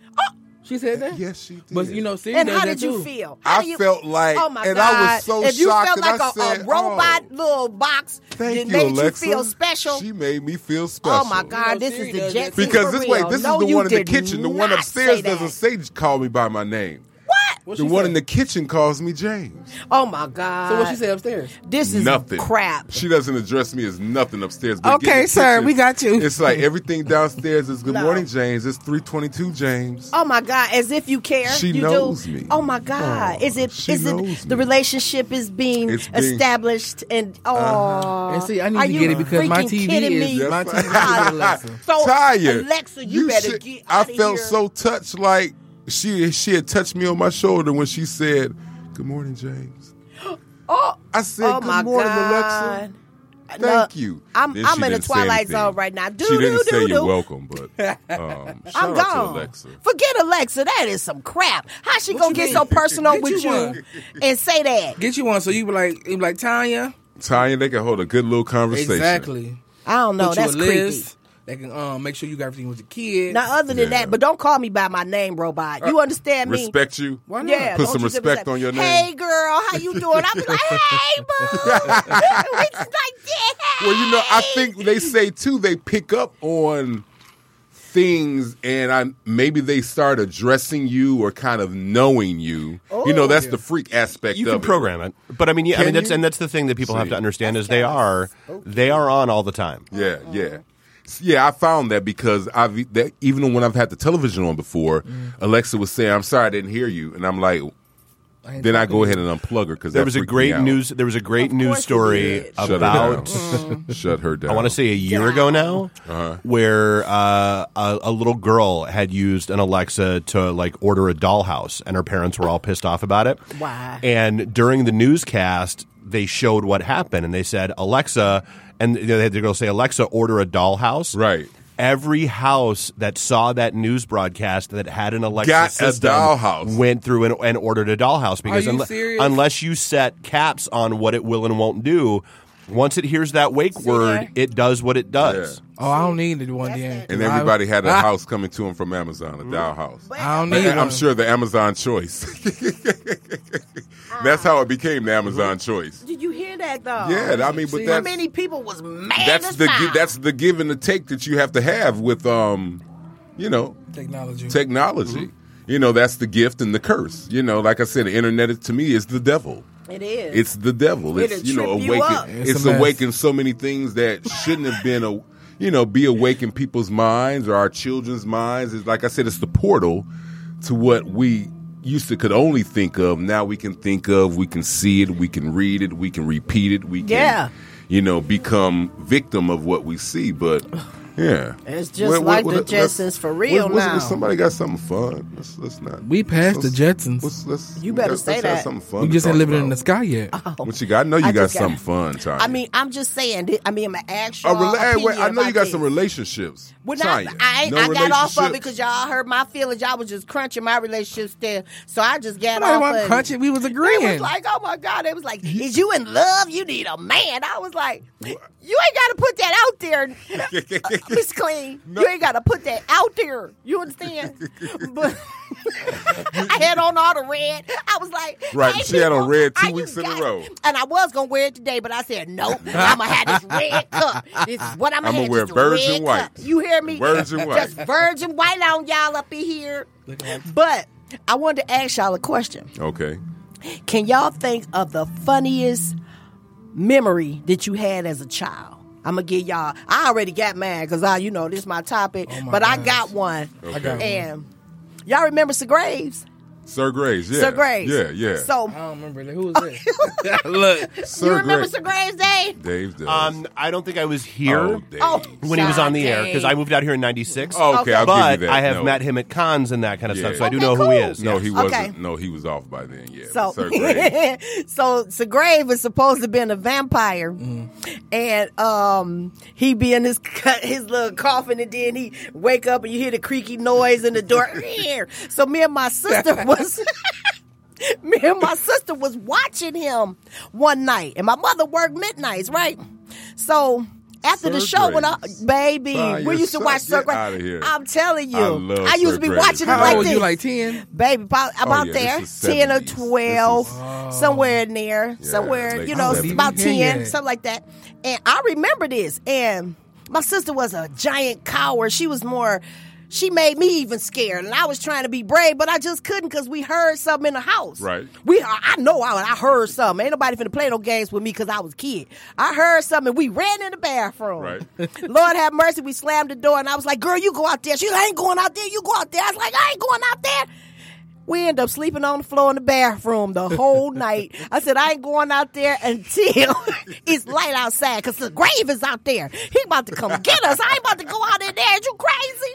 She said that. Yes, she did. But you know, Siri And does how that did you too. feel? How I do you- felt like, oh my and god! I was so if you shocked. felt like and a, I a said, robot "Oh." little box Thank that you, made Alexa. you feel special. She made me feel special. Oh my God! This Siri is the does jet. that set too. Because for this way, real. this No, is the you one in the did kitchen. The one not upstairs say that. doesn't say "Call me by my name." What? What the she one said? in the kitchen calls me James. Oh my God. So what she said upstairs? This is nothing. crap. She doesn't address me as nothing upstairs. But Okay, in the sir, kitchen, we got you. It's like everything downstairs is good No. morning, James. It's three twenty two, James. Oh my God! As if you care. She you knows do. me. Oh my God! Oh, is it? she Is it? knows The me. relationship is being It's being- established, and oh. Uh-huh. And see, I need Are to you get it because my freaking TV kidding is me? my Yes, TV is Alexa. So Tired. Alexa, you, better should- get. I Out of felt here. so touched. Like she she had touched me on my shoulder when she said, "Good morning, James." Oh, I said, oh "Good my morning, God. Alexa." Thank No, you. I'm- Then I'm she in the didn't say twilight anything. zone right now. Do, she didn't do, say do, you're do. welcome, but um, shout I'm gone. out to Alexa. Forget Alexa. That is some crap. How she What gonna you get mean? so personal Get with you you, one. and say that? Get you one so you be like, you be like Tanya. Tanya, they can hold a good little conversation. Exactly. I don't know. Put That's you a creepy. list that can um, make sure you got everything with your kids. Now, other than Yeah. Uh, that, but don't call me by my name, robot. You understand me? Respect you. Why not? Yeah, Put don't some you just respect be like, on your name. Hey, girl, how you doing? I'll be like, hey, boo. it's like that. Well, you know, I think they say too they pick up on things and I maybe they start addressing you or kind of knowing you. you know, that's the freak aspect Oh, you of can program it. But I mean, yeah, I Can mean, that's you? and that's the thing that people have See. to understand is they are they are on all the time. it. Yeah, Uh-huh. yeah. S- Yeah, I found that because I've that even when I've had the television on before, Mm. Alexa would say, "I'm sorry, I didn't hear you," and I'm like, ain't then I go ahead and unplug her because There was a great news. There was a great news course you story did. Shut her down. about Mm. Shut her down. Uh-huh. I want to say a year ago now, where uh, a, a little girl had used an Alexa to like order a dollhouse, and her parents were all pissed off about it. Why? And during the newscast, they showed what happened, and they said Alexa, and they had the girl say Alexa, order a dollhouse, Right. Every house that saw that news broadcast that had an Alexa Got a system dollhouse. went through and, and ordered a dollhouse because you unle- serious? unless you set caps on what it will and won't do, once it hears that wake word, it does what it does. Yeah. Oh, I don't need it one day. And everybody had a house coming to them from Amazon, Mm. a doll house. I don't need I- I'm one. sure the Amazon choice. That's how it became the Amazon choice. Did you hear that though? Yeah, I mean, but how that's many people was mad? that's as the hell? gi- that's the give and the take that you have to have with um, you know, technology. technology. You know, that's the gift and the curse. You know, like I said, the internet is- to me is the devil. it is. It's the devil. It'll It's you know trip you up. awaken. It's It's, a mess. awakened so many things that shouldn't have been a you know be awake in people's minds or our children's minds. It's like I said, it's the portal to what we used to could only think of. Now we can think of. We can see it. We can read it. We can repeat it. We can Yeah. you know become victim of what we see. But yeah, It's just like the let's- Jetsons for real what's- what's- now. Somebody got something fun. Let's, let's not. We passed the let's- Jetsons. let's- let's- You better let's- say let's have that. something fun We to just ain't talk living in about. the sky yet. Uh-uh. What you got? I know you I got just got- something fun, Tanya. I mean, I'm just saying. thi- I mean, my actual. a rela- hey, wait, I know you got some relationships. relationships. Well, not, Tanya, I, no I got off of it relationships? because y'all heard my feelings. Y'all was just crunching my relationship still. So I just got Nobody off want of it. crunching. We was They agreeing. was like, oh my God. They was like, is you in love? You need a man. I was like, you ain't got to put that out there, uh, Miss Clean. You ain't got to put that out there. You understand? But I had on all the red. I was like, Right, hey, she had on people, red two are you weeks in a guys- row. And I was going to wear it today, but I said, nope. I'm going to have this red cup. This is what I'm I'ma going to have. wear just a virgin red white. cup. You hear me? Virgin white. Just virgin white on y'all up in here. But I wanted to ask y'all a question. Okay. Can y'all think of the funniest memory that you had as a child? I'm gonna get y'all. I already got mine because I, you know, this is my topic. my but I gosh. got one, I got one. and y'all remember Sir Graves? Sir Graves, yeah. Sir Graves. Yeah, yeah. So I don't remember. Who was that? Look. Sir you remember Graves. Sir Graves Day? Dave does. Um, I don't think I was here Oh, Dave. Oh, when he was on the air Sade. because I moved out here in '96. okay, I'll but give you that. I have no. met him at cons and that kind of Yeah. stuff, so I do Okay, know who he cool. is. No, he Okay. wasn't. No, he was off by then. Yeah. So, Sir Graves. so Sir Grave is supposed to have been a vampire, and um, he be in his cu- his little coffin, and then he wake up and you hear the creaky noise in the door. so me and my sister was. Me and my sister was watching him one night, and my mother worked midnights, right? So after the Sir show, when I Graves. baby, By we used to yourself. watch Sir Get outta here. Graves. I'm telling you, I love used Sir to be Graves. watching How it How like old was this you? Like 10? baby, about, about Oh, yeah, this there, is 10 or 70s. 12, This is- somewhere in there, Yeah, somewhere, late you know, 70s. about 10, Yeah, yeah. something like that. And I remember this. And my sister was a giant coward. She was more, she made me even scared. And I was trying to be brave, but I just couldn't because we heard something in the house. Right. We, I I know I, I heard something. Ain't nobody finna play no games with me because I was a kid. I heard something. and We ran in the bathroom. Right. Lord have mercy. We slammed the door, and I was like, "Girl, you go out there." She like, "I ain't going out there. You go out there." I was like, "I ain't going out there." We end up sleeping on the floor in the bathroom the whole night. I said, I ain't going out there until it's light outside because the grave is out there. He about to come get us. I ain't about to go out in there. You crazy?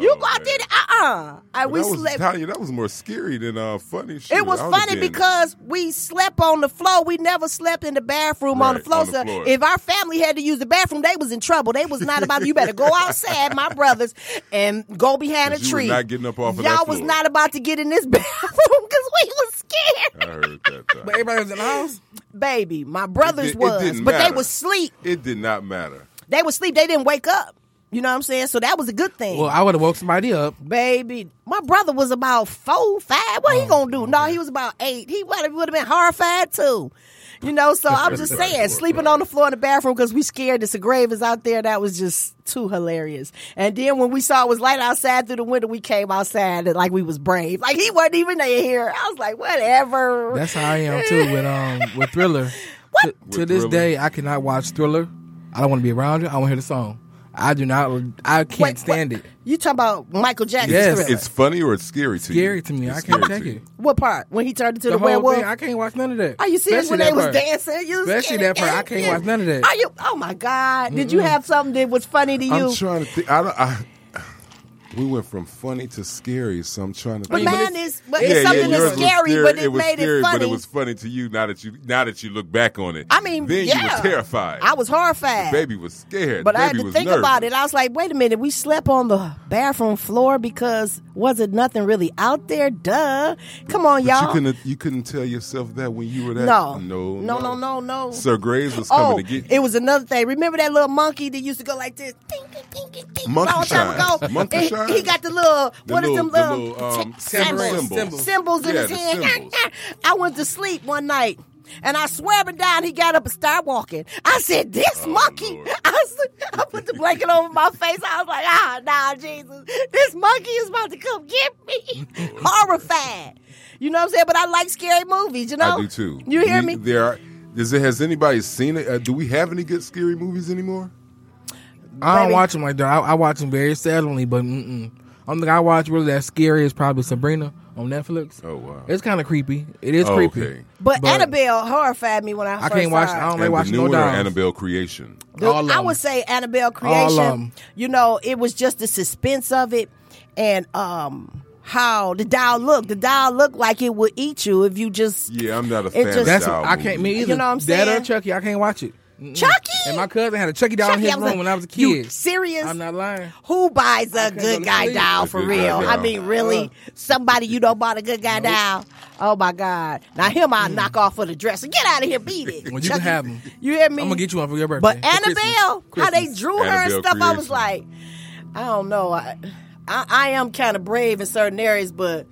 you go out there? Uh uh And we that was, slept. Tanya, that was more scary than uh, funny. It was funny because we slept on the floor. We never slept in the bathroom on the Right, floor. on the so floor. if our family had to use the bathroom, they was in trouble. They was not about you better go outside, my brothers, and go behind a 'Cause you were tree. not getting up off of Y'all that was floor. not about to get in this bathroom because we was scared. I heard that. Tanya. But everybody was in the house. Baby, my brothers Uh, It- it was, didn't but matter. they was sleep. It did not matter. They was sleep. They didn't wake up. You know what I'm saying? So that was a good thing. Well, I would have woke somebody up. Baby, my brother was about four, five. What Oh, he gonna do? No, he was about eight. He would have been horrified too. You know, so I'm just Everybody saying, was sleeping horrified. on the floor in the bathroom because we scared that the grave is out there. That was just too hilarious. And then when we saw it was light outside through the window, we came outside and like we was brave. Like he wasn't even in here. I was like, whatever. Eh. That's how I am too with um with Thriller. To, to With this Thriller. day, I cannot watch Thriller. I don't want to be around it. I want to hear the song. I do not. I can't Wait, stand what- it. You talking about Michael Jackson? Yes. Thriller. It's funny or it's scary to you. Scary to me. It's I can't scary take to you. it. what part? When he turned into the, The whole werewolf? thing. I can't watch none of that. Are you serious when Especially they was that part. dancing? You was Especially scared that part. I and- can't yeah. watch none of that. Are you? Oh my God! Did you have something that was funny to you? I'm trying to think. I don't. I, we went from funny to scary, so I'm trying to. but think. mine is, but Yeah, it's yeah, something yours that's was scary, but it, was made scary, it funny. But it was funny to you now that you now that you look back on it. I mean, then yeah, you were terrified. I was horrified. Baby was scared. But I had Baby to was think about it. nervous. I was like, wait a minute, we slept on the bathroom floor because wasn't nothing really out there? Duh. Come on, But y'all. you couldn't you couldn't tell yourself that when you were that. no. no, no, no, no, no. Sir Graves was coming Oh, to get you. it was another thing. Remember that little monkey that used to go like this, Tinky, tinky, tinky, Monkey long time shines. ago. Monkey And shines. he, he got the little The what is little- them the little, little, um, t- symbols. Symbols. symbols symbols in Yeah, his the hand. symbols. I went to sleep one night. And I swear and down, he got up and started walking. I said, "This monkey!" Oh, Lord. I, s- I put the blanket over my face. I was like, "Ah, nah, Jesus! This monkey is about to come get me!" Horrified, you know what I'm saying? But I like scary movies. You know, I do too. You hear We- me? There are. Is it, has anybody seen it? Uh, do we have any good scary movies anymore? I don't Baby. watch them like that. I, I watch them very seldomly, but mm-mm. I think I watch really that scary is probably Sabrina on Netflix. Oh, wow. it's kind of creepy. It is Oh, creepy. okay. But, Annabelle horrified me when I I first can't watch. saw her. I don't like and the watching new no one or dolls. Annabelle Creation. Dude, All of I them. would say Annabelle All of creation. 'em. You know, it was just the suspense of it, and um, how the doll looked. The doll looked like it would eat you if you just Yeah, I'm not a It fan of just- That's doll I can't me movies. either. You know what I'm That saying? or Chucky. I can't watch it. Mm-mm. Chucky? Mm. And my cousin had a Chucky doll Chucky, I in his was room like, when I was a You kid. serious? I'm not lying. Who buys a can't go good to guy sleep. doll A for good real? guy I doll. mean, really? Uh-huh. Somebody you don't buy a good guy doll? Oh my God! Now him, I'll knock off for the dresser. Get out of here, beat it. Mm. Well, you can Chucky. have 'em. You hear me? I'm gonna get you one for your birthday. But For Christmas. Annabelle, how they Christmas. drew her and Annabelle stuff, I was creation. like, I don't know. I I, I am kind of brave in certain areas, but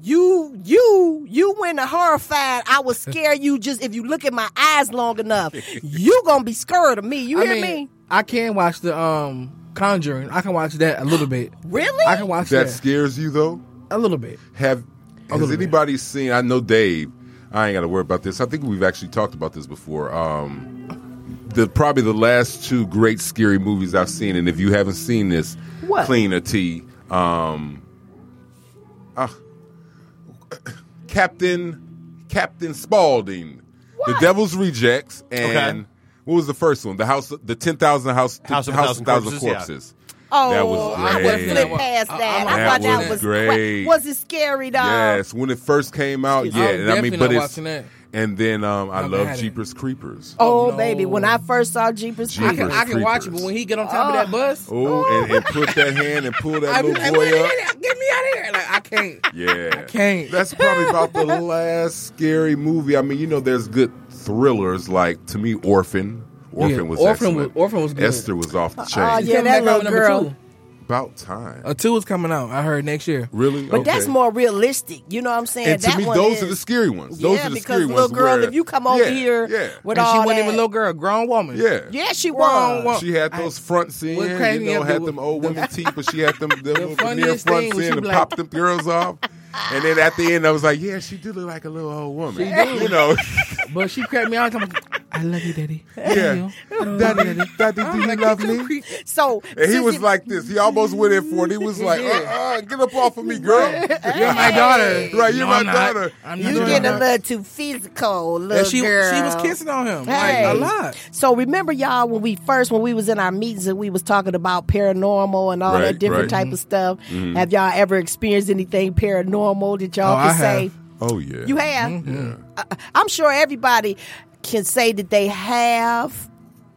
you you you went to horrified. I would scare you just if you look at my eyes long enough. You gonna be scared of me. You I hear mean, me? I can watch the um Conjuring. I can watch that a little bit. Really? I can watch That that, scares you though. a little bit. Have has little bit. anybody seen? I know Dave. I ain't got to worry about this. I think we've actually talked about this before. Um, the probably the last two great scary movies I've seen, and if you haven't seen this, What? Cleaner T, um, ah, Captain Captain Spaulding, The What? Devil's Rejects, and Okay. what was the first one? The house, the ten thousand house, House of a Thousand Corpses, yeah. Oh, that was I would great. flip past I- that. I'm I, not thought that watching was that. great. Great. Was it scary, dog? Yes, when it first came out, Excuse yeah. me. and I I'm mean, definitely but not it's watching that. and then um, I Never love had it. Jeepers Creepers. Oh, Oh, no. baby, when I first saw Jeepers, I can, Jeepers I can watch it, Creepers. but when he get on top Oh. of that bus, and, and put that hand and pull that I be little like, boy up. get me out of here! Like I can't. Yeah, can't. That's probably about the last scary movie. I mean, you know, there's good thrillers like to me, Orphan. Orphan Yeah, was Orphan excellent. was- Orphan was good. Esther was off the chain. Oh, yeah, Coming that back out little with number girl. two. About time. A two is coming out. I heard next year. really? But that's Okay. more realistic. You know what I'm saying? And to that me, one those is, are the scary ones. Those yeah, are the because scary little ones. girl, where- if you come over Yeah, here yeah, with And all she wasn't even that- a little girl, grown woman. yeah. yeah, she Wrong, was. wrong. She had those fronts in, what crazy you know, is had the- them old the- women teeth, but she had them, them little near funniest thing fronts was in she and be like- popped them girls off. And then at the end, I was like, yeah, she did look like a little old woman. do. You know, But she cracked me out. I'm like, I love you, Oh, daddy. I yeah. love you. Daddy, daddy, do you love me? So And he since was it- like this. He almost went in for it. He was like, uh, uh, get up off of me, girl. You're my daughter. Right, you're No, my I'm not. daughter. I'm not "You doing getting that. a little too physical, little And she, girl." she was kissing on him Hey. like a lot. So remember, y'all, when we first when we was in our meetings and we was talking about paranormal and all Right, that different right. Mm-hmm. type of stuff. Have y'all ever experienced anything paranormal that y'all Oh, can I say? have. Oh, yeah. You have. I, I'm sure everybody can say that they have.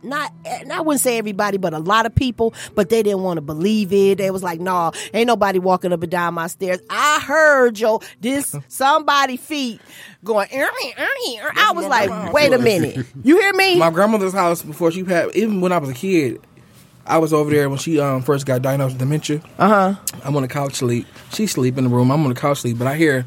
Not, and I wouldn't say everybody, but a lot of people. But they didn't want to believe it. They was like, "No, ain't nobody walking up and down my stairs." I heard yo this somebody feet going. Ernie, Ernie, Ernie. I was like, "Wait a minute, you hear me?" My grandmother's house before she had, even when I was a kid, I was over there when she um, first got diagnosed with dementia. Uh huh. I'm on the couch sleep. She sleep in the room. I'm on the couch sleep, but I hear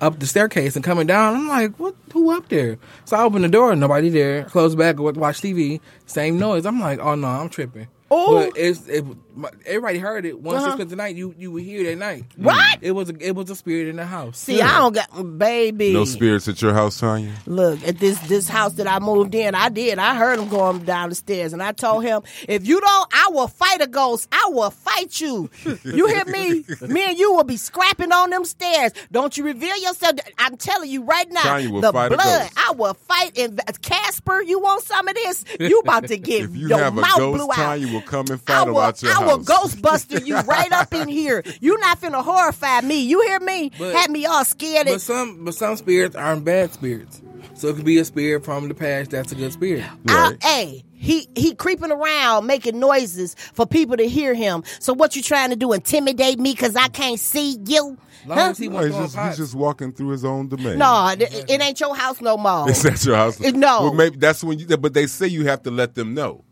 up the staircase and coming down. I'm like, what? Who up there? So I open the door, nobody there. Close back, wa- watch TV. Same noise. I'm like, oh no, I'm tripping. Oh. but it's it, my, everybody heard it. Once it's the night, you you would hear it at night. What? It was a, it was a spirit in the house. See, I don't got baby. No spirits at your house, Tanya? Look at this this house that I moved in. I did. I heard him going down the stairs, and I told him, "If you don't, I will fight a ghost. I will fight you. You hear me? Me and you will be scrapping on them stairs. Don't you reveal yourself. I'm telling you right now, Tanya will the fight a blood. ghost. I will fight. And uh, Casper, you want some of this? You about to get If you your have a mouth ghost, blew out. Tanya will come and I fight will, about your I will house. ghostbuster you right up in here. You not finna horrify me. You hear me? But- Had me all scared. But And, some but some spirits aren't bad spirits. So it could be a spirit from the past that's a good spirit. I, Right. hey, he he creeping around making noises for people to hear him. So what you trying to do? Intimidate me because I can't see you? long Huh? as he No, wants Oh, he's to just, he's just walking through his own domain. No, th- it, ain't your house no more. It's at your house. Uh, no. Well, maybe that's when you, but they say you have to let them know.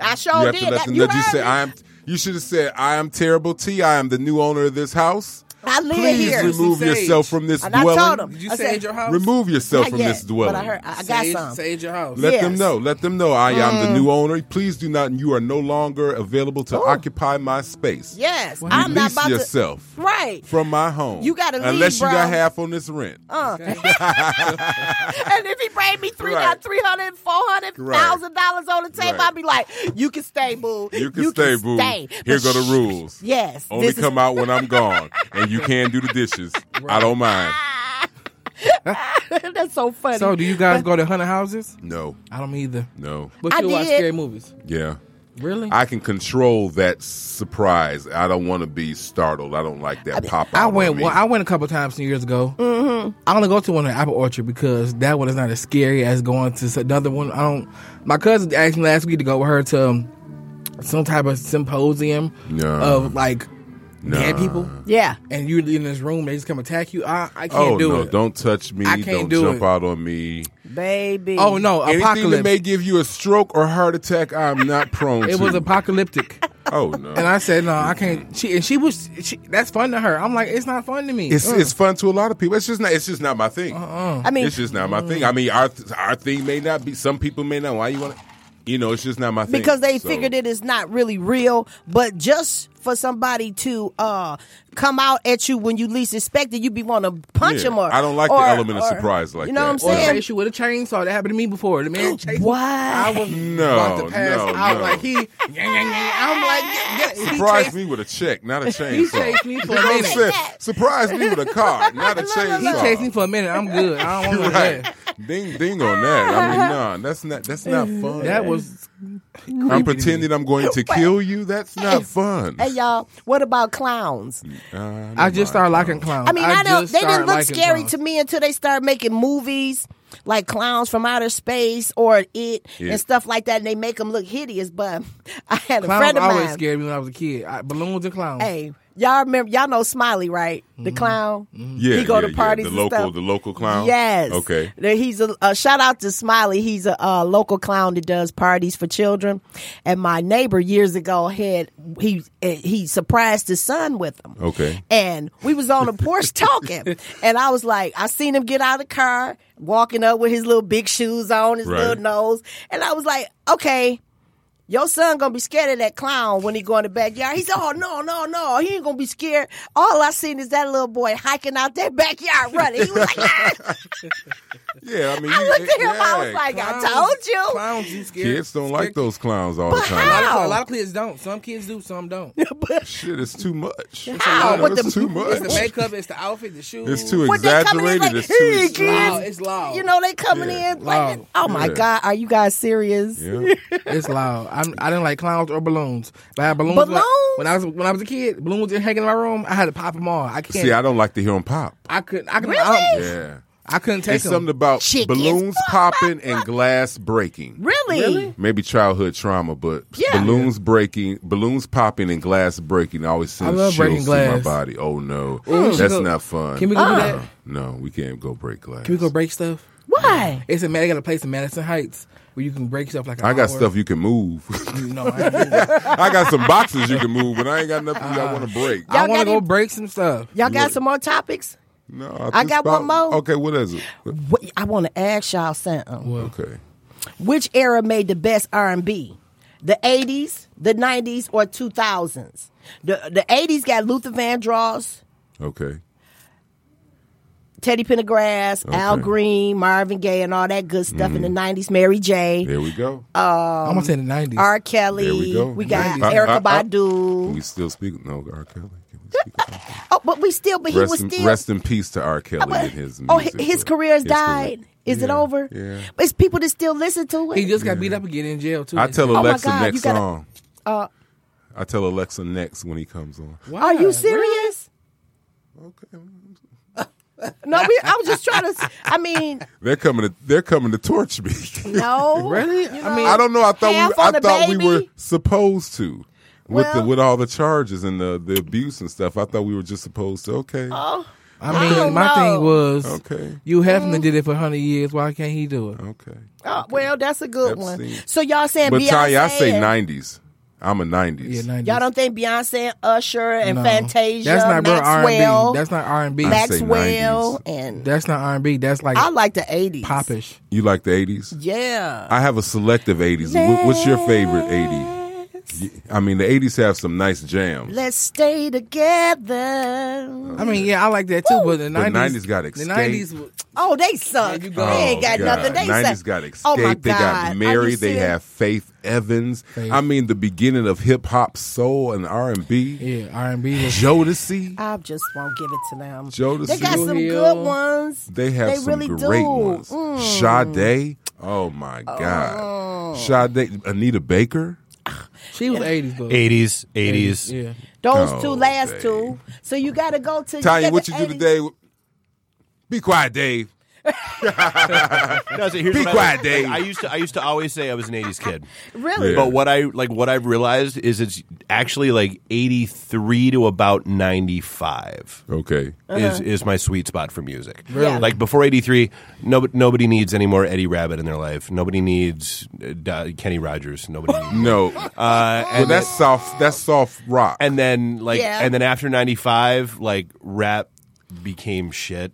I You sure have did. to let Oh, That- them you know. You heard say, me. I am, you should have said, I am terrible T. I am the new owner of this house. I live Please here. remove Some sage. yourself from this And I dwelling. told him. Did you I sage said- your house? Remove yourself Not from yet, this dwelling. But I heard. I, I got sage, some. sage your house. Let them Yes. Mm. know. Let them know I am the new owner. Please do not. You are no longer available to Ooh. occupy my space. Yes, I'm not Release about yourself to. Right. from my home. You gotta leave, unless you bro. got half on this rent. Uh. and if he paid me three Right. three hundred, four hundred thousand dollars on the table, Right. I'd be like, "You can stay, boo. you can stay, boo. stay. Here But go the shh, rules. Yes, Only this is come out when I'm gone, and you can do the dishes. I don't mind. That's so funny. So do you guys go to haunted houses? No, I don't either. no. But I you watch did. scary movies. Yeah. Really? I can control that surprise. I don't want to be startled. I don't like that pop out. I on went me. well, I went a couple times some years ago. Mm-hmm. I only go to one in Apple Orchard because that one is not as scary as going to s- another one. I don't. My cousin asked me last week to go with her to um, some type of symposium Nah. of like dead Nah. people, yeah, and you're in this room. They just come attack you. I, I can't oh do no! it. Don't touch me. I can't don't do jump it. out on me. baby. Oh no! Anything Apocalypse. that may give you a stroke or heart attack, I'm not prone to. it was apocalyptic. oh no! And I said, no, I can't. She and she was. She, that's fun to her. I'm like, it's not fun to me. it's Ugh. it's fun to a lot of people. It's just not. It's just not my thing. Uh-uh. I mean, It's just not my thing. I mean, our our thing may not be. Some people may not. Why you want? to You know, it's just not my thing. because they So- figured it is not really real, but just for somebody to uh, come out at you when you least expect it, you be want to punch Yeah, him or I don't like the or- element of or- surprise like you know that. what I'm Or saying? chase you with a chainsaw. That happened to me before. The man chased me. What? I was No, about to pass no, out. no. Like he, I'm like, get, get, he Surprise chased- me with a check, not a He chainsaw. chased me for You know a what I'm minute. saying? Surprise me with a car, not a chainsaw. He chased me for a minute. I'm good. I don't want right. that. Ding ding on that. I mean, nah, that's not that's not fun. That was. I'm pretending I'm going to kill you. That's not fun. Hey y'all, what about clowns? I just started liking clowns. I mean, I, don't. just They didn't started look liking scary clowns. to me until they started making movies like Clowns from Outer Space or It Yeah. and stuff like that, and they make them look hideous. But I had a Clowns friend of always mine. scared me when I was a kid. I, balloons and clowns. Hey, Y'all remember? Y'all know Smiley, right? The clown. Yeah, he go yeah, to yeah. parties. The and local- stuff. the local clown? Yes. Okay. There- He's a, a shout out to Smiley. He's a, uh local clown that does parties for children. And my neighbor years ago had he eh, he surprised his son with him. Okay. And we was on the porch talking, and I was like, I seen him get out of the car, walking up with his little big shoes on, his Right. little nose, and I was like, okay. Your son gonna be scared of that clown when he go in the backyard. He said, "Oh no, no, no, he ain't gonna be scared." All I seen is that little boy hiking out that backyard running. He was like, "Ah!" Yeah, I mean, I you- eh, looked at him. I was yeah. like, "I told you." Clowns, you scared. kids don't like those clowns all the But time. how? A lot of kids don't. Some kids do, some don't. It's Shit, it's too much. How? What It's the- too much. the makeup, it's the outfit, the shoes. It's too When they come in, exaggerated. like, it's "Hey, too extreme. loud. kids," It's loud. You know they coming Yeah. in like, Loud. "Oh my Yeah. god, are you guys serious?" Yeah. It's loud. I'm, I didn't like clowns or balloons. But I had balloons. When, Balloons? I, when I was when I was a kid, balloons didn't hang in my room. I had to pop them all. I can't. See, I don't like to hear them pop. I couldn't. I couldn't. I, Really? Yeah. I couldn't take It's them. something about Chickens. balloons popping and glass breaking. Really? Maybe childhood trauma, but Yeah. balloons breaking, balloons popping, and glass breaking always sends love chills breaking through my glass. body. Oh no, we should that's go- not fun. Can we go do that? No, we can't go break glass. Can we go break stuff? Why? It's a man. I got a place in Madison Heights where you can break stuff like. an I got hour. stuff you can move. No, I, ain't doing that. I got some boxes you can move, but I ain't got nothing Ah. I want to break. I Y'all got want to go any- break some stuff. Y'all got some more topics? No, I think got one about- more. Okay, what is it? What, I want to ask y'all something. Okay, Which era made the best R and B? The eighties, the nineties, or two thousands? The the eighties got Luther Vandross, okay. Teddy Pendergrass, Al Okay. Mm-hmm. Green, Marvin Gaye, and all that good stuff. In the nineties, Mary J, There we go. Um, I'm gonna say the nineties. R. Kelly. There we go. Uh, got I- I- Erica I- Badu. we still speak. No, R. Kelly. Can we speak about that? oh, but we still, but he rest, was in, still. rest in peace to R. Kelly but- and his music. oh, hi- his but career has his career- died. Is it Yeah, over? yeah. But it's people that still listen to it. He just got beat up again in jail too. I tell Oh, my Alexa God, you next gotta- uh, song. I tell Alexa next when he comes on. Why? Are you serious? Okay. No, we, I was just trying to. I mean, They're coming to they're coming to torch me. no. Really? You I mean, I don't know. I thought Half we, I on the thought we baby? were supposed to with the Well- with all the charges and the, the abuse and stuff. I thought we were just supposed to. Okay, Oh, I mean, don't my know. Mm. thing was Okay. You Hefner did it for hundred years. Why can't he do it? okay. oh, well, that's a good Epstein. one. So y'all saying But Beyonce? Tanya, I say and- nineties. I'm a Yeah, nineties. 90s. Y'all don't think Beyonce and Usher and No. Fantasia, That's not real Maxwell, R&B. That's not R&B. Back- say Maxwell, 90s. and That's not R&B. That's like I like the eighties. popish. you like the eighties? Yeah. I have a selective eighties. What's your favorite eighty? I mean, the eighties have some nice jams. Let's stay Oh. together. I mean, yeah, I like that too. But the nineties 90s got The escape. nineties. Oh, they suck. Yeah, you go. they ain't got Oh, God. nothing. They 90s suck. got Oh my escaped. they God. got Are you married. They serious? have Faith Evans. I mean, the beginning of hip hop, soul, and R and B. Yeah, R&B. Was, Jodeci. I just won't give it to them. Jodeci. They got some Hill. good ones. They have They some really great do. Mm, ones. Sade. Oh my God. Sade. Anita Baker. she was eighties though. 80s, 80s. Yeah. Those two Oh, last babe. two. So you got to go to. Tanya, got what the you do 80s. today? Be quiet, Dave. Does it? Here's Be what I- quiet, Dave. I used to I used to always say I was an 80s kid. Really? Yeah. But what I like what I've realized is it's actually like 83 to about 95 Okay. is is my sweet spot for music. Really? Like before 83, no, nobody needs any more Eddie Rabbit in their life. Nobody needs uh, Do- Kenny Rogers. Nobody needs No. uh, well, that's soft. That's soft rock. and then like Yeah. and then after 95 like rap became shit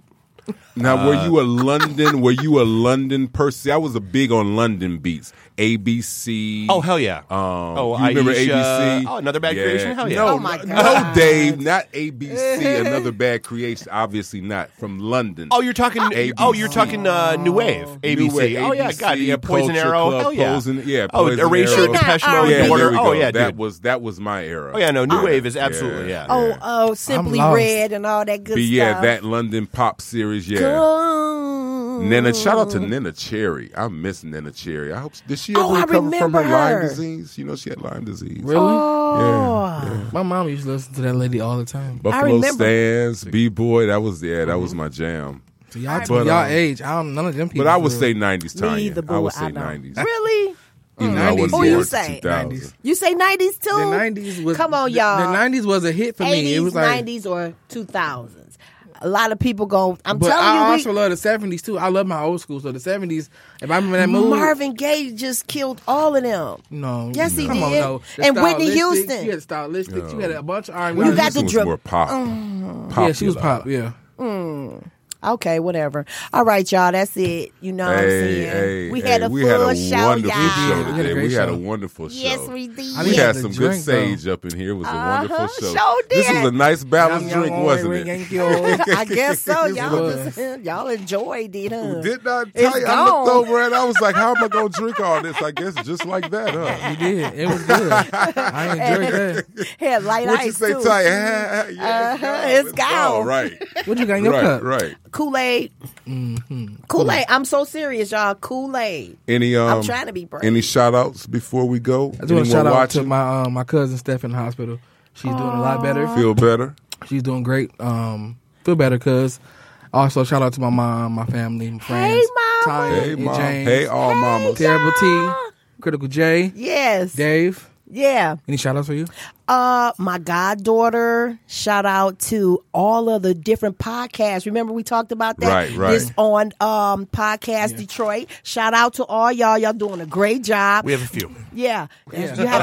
Now, Uh, were you a London? Were you a London person? See, I was a big on London beats. ABC. oh hell yeah oh, oh you remember Aisha. ABC? oh another bad Yeah. creation hell yeah No, Oh, my no, God. no, Dave, not ABC. another bad creation, obviously not from London. Oh, you're talking. ABC. Oh, you're talking uh, new wave, ABC. New wave, oh yeah, ABC, God, yeah, Poison Culture Arrow. Club, hell yeah, Poison- yeah, Oh, Poison Erasure, Arrow. Depeche Yeah, Mode, yeah, there Border. we Oh go. yeah, that dude. was that was my era. Oh yeah, no, new Yeah, wave is absolutely yeah. Oh, oh, simply lost. red and all that good But stuff. yeah, that London pop series, yeah. Good. Nina, shout out to Nina Cherry. I miss Nina Cherry. I hope did she ever Mm. Oh, I recover from her, remember her. Lyme disease? You know she had Lyme disease. Really? Oh, My mom used to listen to that lady all the time. Buffalo remember. Mm-hmm. Stands, B Boy, that was yeah, that was my jam. So y'all, But, y'all um, age, I don't none of them people. But I would for say real. nineties, me Tanya. the I boo. would say know. nineties. Really? Even though I wasn't 90s. Who you born say? in 2000. You say nineties too? The nineties was Oh, Come on, the- y'all. The nineties was a hit for me. It Eighties, was like, nineties, or two thousands. A lot of people go. I'm but telling I you, we- also love the seventies too. I love my old school. So the seventies, if I remember that movie, Marvin Gaye just killed all of them. No, Yes, he come on, did. no. The And Whitney Stylistics, Houston. You had stylistics. You had a bunch of R and You got the Oh. This was drum- more pop. yeah, she was popular. pop. Yeah, Okay, whatever. All right, y'all. That's it. You know what I'm Hey, saying? hey, we had hey, a we full had a show, wonderful y'all. show We had a today. great we had show. a wonderful show. Yes, we did. I We need had to some good drink, though. sage up in here. It was a Uh-huh, wonderful show. sure this did. was a nice balanced Yum, yum, drink, yum, wasn't ring, it? yank, yo. I guess so. Yes, y'all it just, y'all enjoyed it, huh? Did not It's tell you. I looked gone. over and I was like, "How am I gonna drink all this?" I guess just like that, huh? you did. It was good. I enjoyed that. Had light What ice you say, too. Ty? yeah, it's Uh-huh, gone. it's All gone. right, What you got in your right, cup? right. Kool Aid. Mm-hmm. Kool Aid. I'm so serious, y'all. Kool Aid. Any um, trying to be brave. any shout outs before we go? I just want to shout out to watching? my uh, my cousin Steph in the hospital. She's doing a lot better. Feel better. She's doing great. Um, feel better, cuz. Also, shout out to my mom, my family, my friends. mama. Tanya Hey, and mom. James, Hey, all mamas. Terrible T, Critical J, Yes. Dave. Yeah. Any shout outs for you? Uh, my goddaughter. Shout out to all of the different podcasts. Remember we talked about that. Right, right. This on um podcast Detroit. Shout out to all y'all. Y'all doing a great job. We have a few. yeah, you have a few.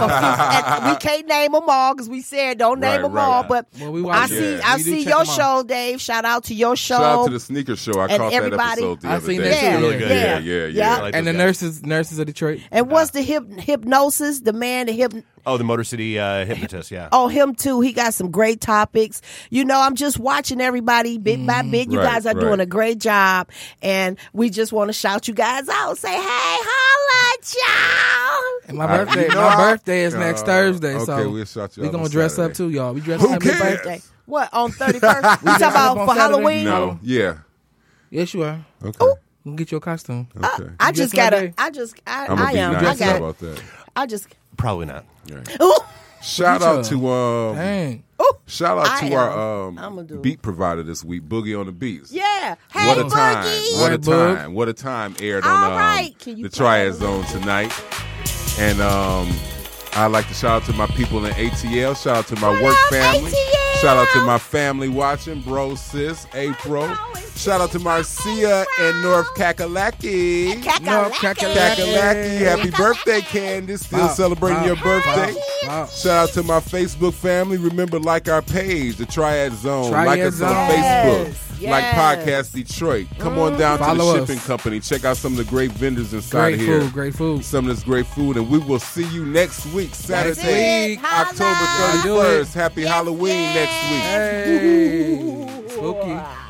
and we can't name them all because we said don't name Right, them right. all. But Well, we I watch it. see, Yeah. I We do see check your 'em out. show, Dave. Shout out to your show. Shout out to the sneaker show. I and caught everybody- that episode the I other seen day. that too. Really good. Yeah, yeah, yeah. Yeah. I like And the those guys. nurses, nurses of Detroit. And what's the hip, hypnosis? The man, the hip. Oh, the Motor City uh, hypnotist. Yeah. Oh, him too. He got some great topics. You know, I'm just watching everybody bit by bit. You Mm-hmm. Right, guys are right. doing a great job, and we just want to shout you guys out. Say, hey, holla, at y'all. And my I- birthday, you know my I- birthday is next Uh, Thursday, okay, so we'll shout you we out gonna on dress up Saturday. too, y'all. We dress Who up every cares? birthday. Yes. What on thirty first? you talking about on for Saturday? Halloween? No, yeah. Yeah, you Okay. we Get your costume. okay. Uh, I just Yes, gotta. I did. I just. I, I'm gonna I be am. nice I got. about that. I just. Probably not. Ooh, Shout out to um, Dang. ooh. shout out I am. to our I'ma um, do it. beat provider this week, Boogie on the Beats. Yeah. Hey, what a Boogie. time! What a Hey, Boog. time! What a time! Aired All on um, right. Can you the play Triad that a little Zone tonight, and um, I'd like to shout out to my people in ATL. Shout out to my What work up, family. ATL? Shout out to my family watching, bro, sis, April. always Shout out to Marcia and North Kakalaki. No, Kakalaki, happy birthday, Candace! Still Wow, celebrating wow, your birthday. Wow. Shout out to my Facebook family. Remember, like our page, the Triad Zone. like Triad us Zone. on Yes, Facebook. yes. Like Podcast Detroit. Come on down Follow to the us. shipping company. Check out some of the great vendors inside Great here. food, great food. Some of this great food, and we will see you next week, Saturday, it. Holla. October Y'all do it. 31st. Happy Halloween next week. Hey. Spooky.